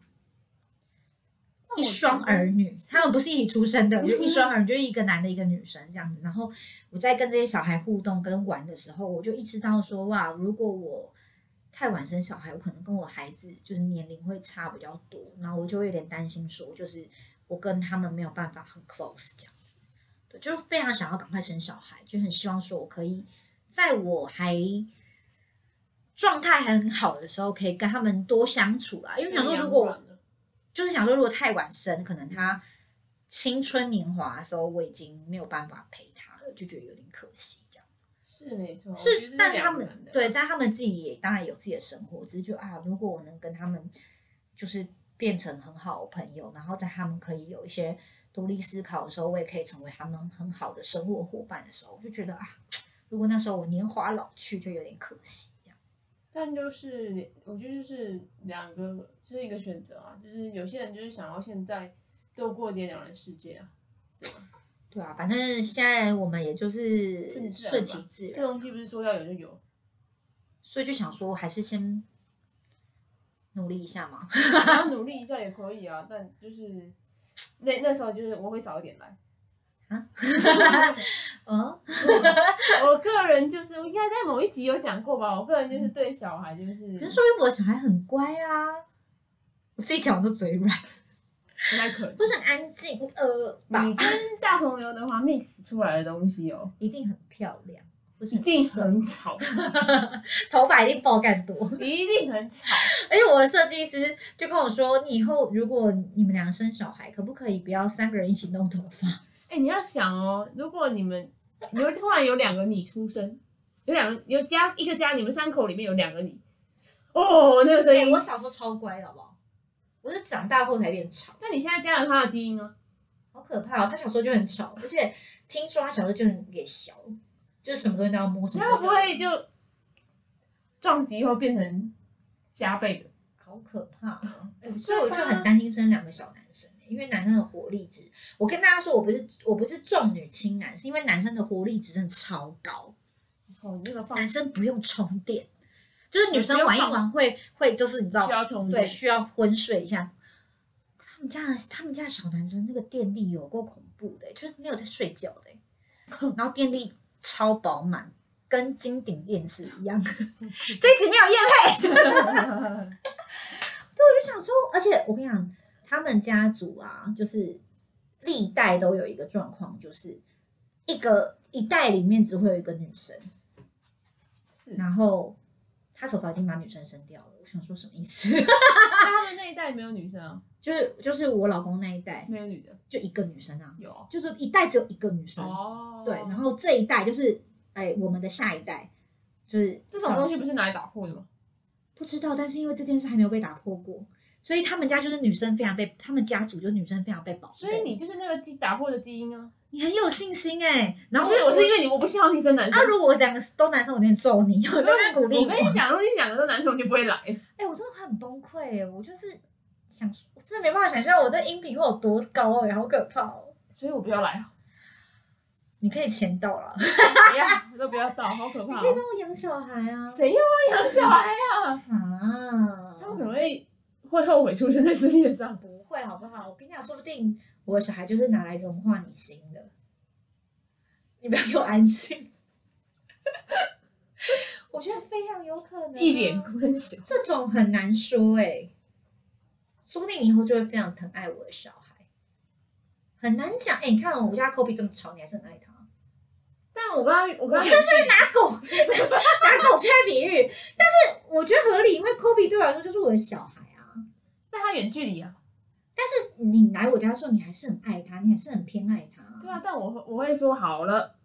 [SPEAKER 1] 一双儿女，他们不是一起出生的，就一双儿女，就是一个男的，一个女生这样子。然后我在跟这些小孩互动跟玩的时候，我就意识到说，哇，如果我太晚生小孩，我可能跟我孩子就是年龄会差比较多，然后我就会有点担心说，就是我跟他们没有办法很 close 这样子。对，就是非常想要赶快生小孩，就很希望说我可以在我还。状态还很好的时候，可以跟他们多相处啦。因为想说，如果我就是想说，如果太晚生，可能他青春年华的时候，我已经没有办法陪他了，就觉得有点可惜。这样
[SPEAKER 2] 是没错，哦我觉得
[SPEAKER 1] 是，
[SPEAKER 2] 这
[SPEAKER 1] 但
[SPEAKER 2] 两
[SPEAKER 1] 他
[SPEAKER 2] 个
[SPEAKER 1] 们
[SPEAKER 2] 难的嗯啊
[SPEAKER 1] 对，但他们自己也当然有自己的生活，只是就啊，如果我能跟他们就是变成很好的朋友，然后在他们可以有一些独立思考的时候，我也可以成为他们很好的生活伙伴的时候，我就觉得啊，如果那时候我年华老去，就有点可惜。这样
[SPEAKER 2] 但就是你，我觉得就是两个，就是一个选择啊。就是有些人就是想要现在度过一点两人世界啊，
[SPEAKER 1] 对啊，反正现在我们也就是
[SPEAKER 2] 顺其自然
[SPEAKER 1] 顺
[SPEAKER 2] 吧
[SPEAKER 1] 其自然
[SPEAKER 2] 这。东西不是说要有就有，
[SPEAKER 1] 所以就想说，还是先努力一下 嘛。
[SPEAKER 2] 你要努力一下也可以啊。但就是那那时候就是我会少一点来。
[SPEAKER 1] 啊嗯，
[SPEAKER 2] 我个人就是我应该在某一集有讲过吧，我个人就是对小孩就是
[SPEAKER 1] 嗯可是说明我的小孩很乖啊，我自己讲我都嘴软，
[SPEAKER 2] 不太可能。
[SPEAKER 1] 不是很安静，呃，吧
[SPEAKER 2] 你，跟大同流的话 mix 出来的东西哦，
[SPEAKER 1] 一定很漂亮，不是
[SPEAKER 2] 一
[SPEAKER 1] 很
[SPEAKER 2] 定很吵，
[SPEAKER 1] 头发一定爆干多。
[SPEAKER 2] 一定很吵。
[SPEAKER 1] 而且我的设计师就跟我说，你以后如果你们俩生小孩，可不可以不要三个人一起弄头发？
[SPEAKER 2] 哎、你要想哦，如果你们你们突然有两个你出生，有两个有家一个家，你们三口里面有两个你，哦，那个声
[SPEAKER 1] 对，
[SPEAKER 2] 音
[SPEAKER 1] 哎我。小时候超乖的，好不好？我是长大后才变吵，
[SPEAKER 2] 那你现在加了他的基因啊？
[SPEAKER 1] 好可怕哦！他小时候就很吵，而且听说他小时候就很也小，就是什么东西都要摸，什么
[SPEAKER 2] 那
[SPEAKER 1] 都要
[SPEAKER 2] 会不会就撞击后变成加倍的？
[SPEAKER 1] 好可怕、啊！
[SPEAKER 2] 哎
[SPEAKER 1] 所以我就
[SPEAKER 2] 对吧
[SPEAKER 1] 很担心生两个小男生、欸因为男生的活力值，我跟大家说，我不是我不是重女轻男，是因为男生的活力值真的超高，
[SPEAKER 2] 哦，你那个放
[SPEAKER 1] 男生不用充电，就是女生玩一玩会会就是你知道
[SPEAKER 2] 需，要充
[SPEAKER 1] 对，
[SPEAKER 2] 电，
[SPEAKER 1] 需要昏睡一下。他们家的他们家的小男生那个电力有够恐怖的、就是没有在睡觉的、然后电力超饱满，跟金顶电视一样。这一集没有夜配。我就想说，而且我跟你讲，他们家族啊，就是历代都有一个状况，就是一个一代里面只会有一个女生，
[SPEAKER 2] 是
[SPEAKER 1] 然后他手早已经把女生生掉了。我想说什么意思？
[SPEAKER 2] 但 他们那一代没有女生啊，
[SPEAKER 1] 就是就是我老公那一代
[SPEAKER 2] 没有女的，
[SPEAKER 1] 就一个女生啊，
[SPEAKER 2] 有
[SPEAKER 1] 就是一代只有一个女生，
[SPEAKER 2] 哦。
[SPEAKER 1] 对，然后这一代就是哎我们的下一代就是
[SPEAKER 2] 这种东西
[SPEAKER 1] 少
[SPEAKER 2] 不是拿来打破的吗？
[SPEAKER 1] 不知道，但是因为这件事还没有被打破过。所以他们家就是女生非常被，他们家族就是女生非常被保护。
[SPEAKER 2] 所以你就是那个基打破的基因啊。
[SPEAKER 1] 你很有信心哎、然
[SPEAKER 2] 不
[SPEAKER 1] 后
[SPEAKER 2] 是，我是因为你，我不希望你生男生
[SPEAKER 1] 那、。如果我两个都男生，我有点揍你， 我有点鼓励
[SPEAKER 2] 啊我跟你讲，如果你两个都男生，我就不会来。
[SPEAKER 1] 哎、我真的很崩溃欸，我就是想，我真的没办法想象我的音频会有多高哎、好可怕哦、
[SPEAKER 2] 所以我不要 来，
[SPEAKER 1] 你可以签到了，你
[SPEAKER 2] 不要都不要到，好可怕
[SPEAKER 1] 可以帮
[SPEAKER 2] 哦！
[SPEAKER 1] 我养小孩啊
[SPEAKER 2] 谁要帮你养小孩啊？
[SPEAKER 1] 啊
[SPEAKER 2] 他们可能会会后悔出生在世界上。
[SPEAKER 1] 不会好不好？我跟你讲，说不定我的小孩就是拿来融化你心的。你不要给我安静， 我觉得非常有可能啊、
[SPEAKER 2] 一脸困小。
[SPEAKER 1] 这种很难说哎、说不定你以后就会非常疼爱我的小孩，很难讲哎、你看我们家 Kobe 这么吵，你还是很爱他。
[SPEAKER 2] 但我刚刚我
[SPEAKER 1] 我
[SPEAKER 2] 刚
[SPEAKER 1] 刚
[SPEAKER 2] 刚
[SPEAKER 1] 是拿狗 拿狗去比喻，但是我觉得合理，因为 Kobe 对我来说就是我的小孩啊。
[SPEAKER 2] 但他远距离啊，
[SPEAKER 1] 你来我家的时候，你还是很爱他，你还是很偏爱他。
[SPEAKER 2] 对啊，但我会我会说好了，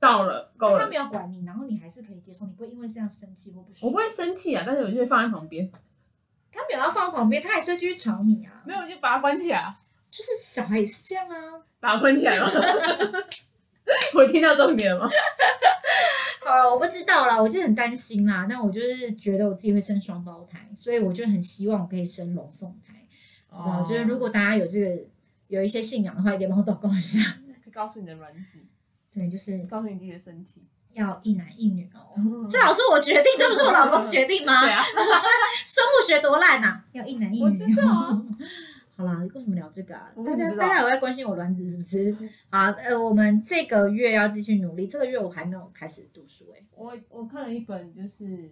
[SPEAKER 2] 到了，够
[SPEAKER 1] 他
[SPEAKER 2] 了
[SPEAKER 1] 没，有管你，然后你还是可以接受，你不会因为这样生气或不
[SPEAKER 2] 我
[SPEAKER 1] 舒
[SPEAKER 2] 不
[SPEAKER 1] 服。
[SPEAKER 2] 会生气啊，但是我就会放在旁边，
[SPEAKER 1] 他没有要放旁边，他还是会继续吵你啊。
[SPEAKER 2] 没有我就把它关起来啊，
[SPEAKER 1] 就是小孩也是这样啊。
[SPEAKER 2] 把它关起来嘛。 我听到重点了吗？
[SPEAKER 1] 好了，我不知道啦，我就很担心啦。但我就是觉得我自己会生双胞胎，所以我就很希望我可以生龙凤胎。哦，就是如果大家有这个有一些信仰的话，也可以帮我祷告一下。
[SPEAKER 2] 可以告诉你的卵子，
[SPEAKER 1] 对，就是
[SPEAKER 2] 告诉你自己的身体。
[SPEAKER 1] 要一男一女哦。最好是我决定，这不是我老公决定吗？
[SPEAKER 2] 对啊，
[SPEAKER 1] 生物学多烂呐、啊要一男一女。
[SPEAKER 2] 我知道啊。
[SPEAKER 1] 好啦，为什么聊这个啊？
[SPEAKER 2] 我
[SPEAKER 1] 大
[SPEAKER 2] 也不
[SPEAKER 1] 家
[SPEAKER 2] 知道
[SPEAKER 1] 大家有在关心我卵子是不是？啊，呃，我们这个月要继续努力。这个月我还没有开始读书哎、
[SPEAKER 2] 我我看了一本就是，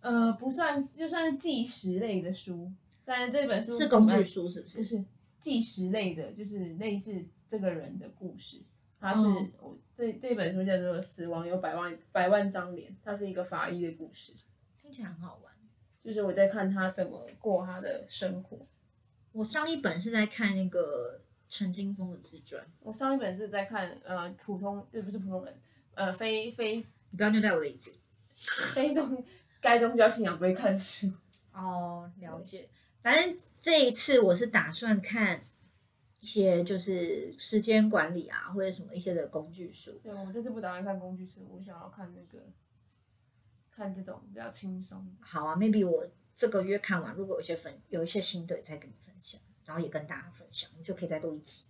[SPEAKER 2] 呃，不算是就算是纪实类的书，但是这本书
[SPEAKER 1] 是工具
[SPEAKER 2] 呃
[SPEAKER 1] 书是不？
[SPEAKER 2] 就是是纪实类的，就是类似这个人的故事。它是、
[SPEAKER 1] 嗯
[SPEAKER 2] 我这这本书叫做《死亡有百万百万张脸》，它是一个法医的故事，
[SPEAKER 1] 听起来很好玩。
[SPEAKER 2] 就是我在看他怎么过他的生活。
[SPEAKER 1] 我上一本是在看那个陈金峰的自传，
[SPEAKER 2] 我上一本是在看呃普通，呃不是普通人，呃非非
[SPEAKER 1] 你不要虐待我的椅子。
[SPEAKER 2] 非宗该宗教信仰不会看的书。
[SPEAKER 1] 哦，了解。反正这一次我是打算看一些就是时间管理啊，或者什么一些的工具书。
[SPEAKER 2] 对，我这次不打算看工具书，我想要看那个，看这种比较轻松的。
[SPEAKER 1] 好啊，maybe 我这个月看完，如果有一些分有一些心得，再跟你分享，然后也跟大家分享，我们就可以再录一集。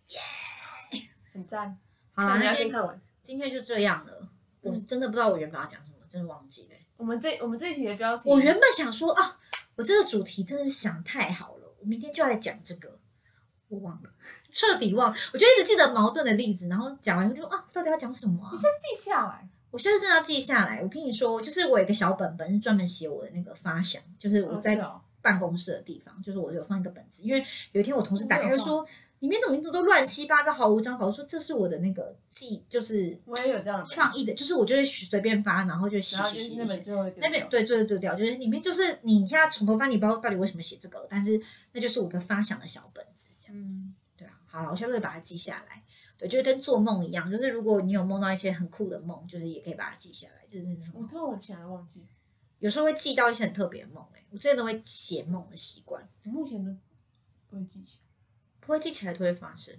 [SPEAKER 2] 很赞，
[SPEAKER 1] 好啦，
[SPEAKER 2] 大
[SPEAKER 1] 那
[SPEAKER 2] 家
[SPEAKER 1] 今
[SPEAKER 2] 先
[SPEAKER 1] 天
[SPEAKER 2] 看完。
[SPEAKER 1] 今天就这样了。我
[SPEAKER 2] 嗯
[SPEAKER 1] 真的不知道我原本要讲什么，真的忘记了。
[SPEAKER 2] 我们这我们这一题的标题，
[SPEAKER 1] 我原本想说啊，我这个主题真的是想太好了，我明天就要来讲这个，我忘了，彻底忘了。我就一直记得矛盾的例子，然后讲完就说啊，到底要讲什么、啊
[SPEAKER 2] 你？先记下来。
[SPEAKER 1] 我现在真的要记下来。我跟你说，就是我有一个小本本，是专门写我的那个发想，就是我
[SPEAKER 2] 哦
[SPEAKER 1] 在
[SPEAKER 2] 是哦
[SPEAKER 1] 办公室的地方，就是我有放一个本子，因为有一天我同事打开
[SPEAKER 2] 我有
[SPEAKER 1] 就说，里面的名字都乱七八糟，毫无章法。我说这是我的那个记，就是
[SPEAKER 2] 我也有这样的，
[SPEAKER 1] 创意的，就是我就会随便发，然后就写
[SPEAKER 2] 然后
[SPEAKER 1] 写
[SPEAKER 2] 就
[SPEAKER 1] 写
[SPEAKER 2] 是那
[SPEAKER 1] 写写
[SPEAKER 2] 本。最后一点
[SPEAKER 1] 那边对对对掉，就是里面就是你现在从头翻，你不知道到底为什么写这个，但是那就是我的发想的小本子，这样
[SPEAKER 2] 嗯，
[SPEAKER 1] 对啊。好了，我下次会把它记下来。对，就是跟做梦一样，就是如果你有梦到一些很酷的梦，就是也可以把它记下来，就是那
[SPEAKER 2] 我
[SPEAKER 1] 种
[SPEAKER 2] 突然想忘记，
[SPEAKER 1] 有时候会记到一些很特别的梦、欸。我之前都会写梦的习惯，
[SPEAKER 2] 我目前都不会记起来，
[SPEAKER 1] 不会记起来都会发生，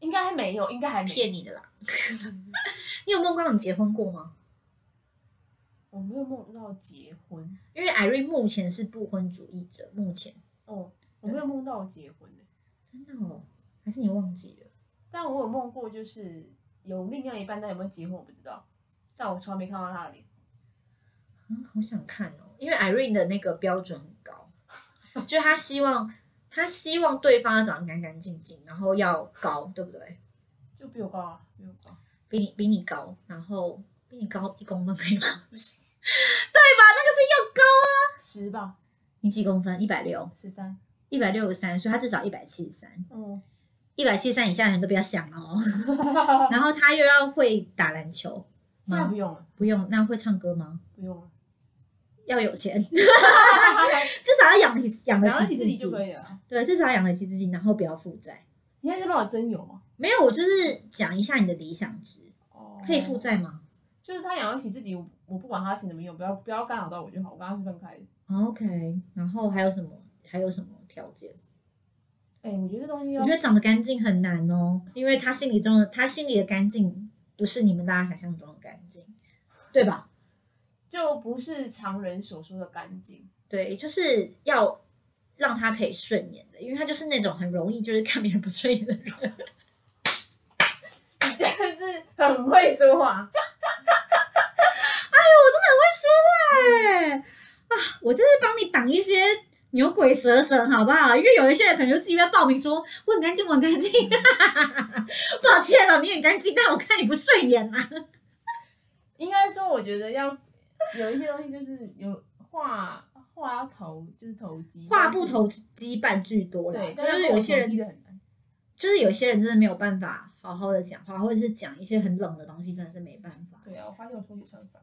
[SPEAKER 2] 应该还没有，应该还没有。
[SPEAKER 1] 骗你的啦。 你有梦到你结婚过吗？
[SPEAKER 2] 我没有梦到结婚，
[SPEAKER 1] 因为艾瑞目前是不婚主义者，目前
[SPEAKER 2] 哦，我没有梦到我结婚欸
[SPEAKER 1] 真的哦，还是你忘记了？
[SPEAKER 2] 但我有梦过，就是有另外一半，但有没有结婚我不知道，但我从来没看到他的脸。
[SPEAKER 1] 嗯，好想看哦，因为 Irene 的那个标准很高，就是她希望她希望对方长得干干净净，然后要高，对不对？
[SPEAKER 2] 就比我高啊，比我高，
[SPEAKER 1] 比你比你高，然后比你高一公分可以吗？
[SPEAKER 2] 不行，
[SPEAKER 1] 高，
[SPEAKER 2] 十吧，
[SPEAKER 1] 你几公分？一百六，
[SPEAKER 2] 十三，
[SPEAKER 1] 一百六十三，所以她至少一百七十三，
[SPEAKER 2] 嗯，
[SPEAKER 1] 一百七十三以下的人都不要想哦。然后她又要会打篮球，
[SPEAKER 2] 现在不用了，
[SPEAKER 1] 不用，那会唱歌吗？
[SPEAKER 2] 不用了，
[SPEAKER 1] 要有钱，至少要养得起养得
[SPEAKER 2] 然后
[SPEAKER 1] 起
[SPEAKER 2] 起
[SPEAKER 1] 自
[SPEAKER 2] 自
[SPEAKER 1] 己
[SPEAKER 2] 己，就可以了。
[SPEAKER 1] 对，至少要养得起自己，然后不要负债。
[SPEAKER 2] 你现在在帮我增油吗？
[SPEAKER 1] 没有，我就是讲一下你的理想值，
[SPEAKER 2] 哦
[SPEAKER 1] 可以负，债吗、
[SPEAKER 2] 就是他养得起自己，我我不管他钱怎么用，不要不要干扰到我就好。我跟他是分开的。
[SPEAKER 1] o k 然后还有什么？还有什么条件？
[SPEAKER 2] 哎，我觉得这东西
[SPEAKER 1] 我
[SPEAKER 2] 要
[SPEAKER 1] 觉得长得干净很难哦，因为他心里中的他心里的干净，不是你们大家想象中的干净，对吧？
[SPEAKER 2] 就不是常人所说的干净。
[SPEAKER 1] 对，就是要让他可以顺眼的，因为他就是那种很容易就是看别人不顺眼的人。
[SPEAKER 2] 你真的是很会说话，
[SPEAKER 1] 对啊，我这是帮你挡一些牛鬼蛇神，好不好？因为有一些人可能就自己在报名说我很干净，我很干净。 抱歉了，你很干净，但我看你不顺眼啊。
[SPEAKER 2] 应该说，我觉得要有一些东西就是有话话要投，就是投机，
[SPEAKER 1] 话不投机半句多啦，
[SPEAKER 2] 对，
[SPEAKER 1] 就
[SPEAKER 2] 但
[SPEAKER 1] 是有些人
[SPEAKER 2] 记得很难。
[SPEAKER 1] 就是有些人真的没有办法好好的讲话，或者是讲一些很冷的东西，真的是没办法，
[SPEAKER 2] 对啊，我发现我出去穿反。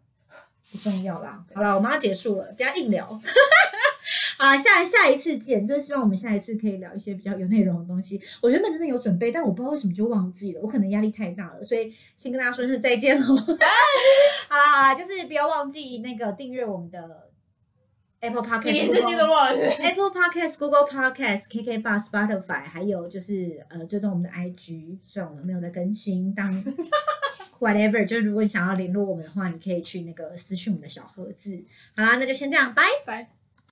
[SPEAKER 1] 不重要啦。好了，我们要结束了，不要硬聊。 好啦，下下一次见，就是希望我们下一次可以聊一些比较有内容的东西。我原本真的有准备，但我不知道为什么就忘记了，我可能压力太大了，所以先跟大家说声再见喽。 好啦好啦，就是不要忘记那个订阅我们的 Apple Podcast，
[SPEAKER 2] 连 这些都忘了。
[SPEAKER 1] Apple Podcast、Google Podcast、KK Bus、Spotify，还有就是呃，追踪我们的 IG，虽然我们没有在更新，当 whatever，就是如果你想要联络我们的话，你可以去那个私讯我们的小盒子。好啦，那就先这样，拜。
[SPEAKER 2] 拜。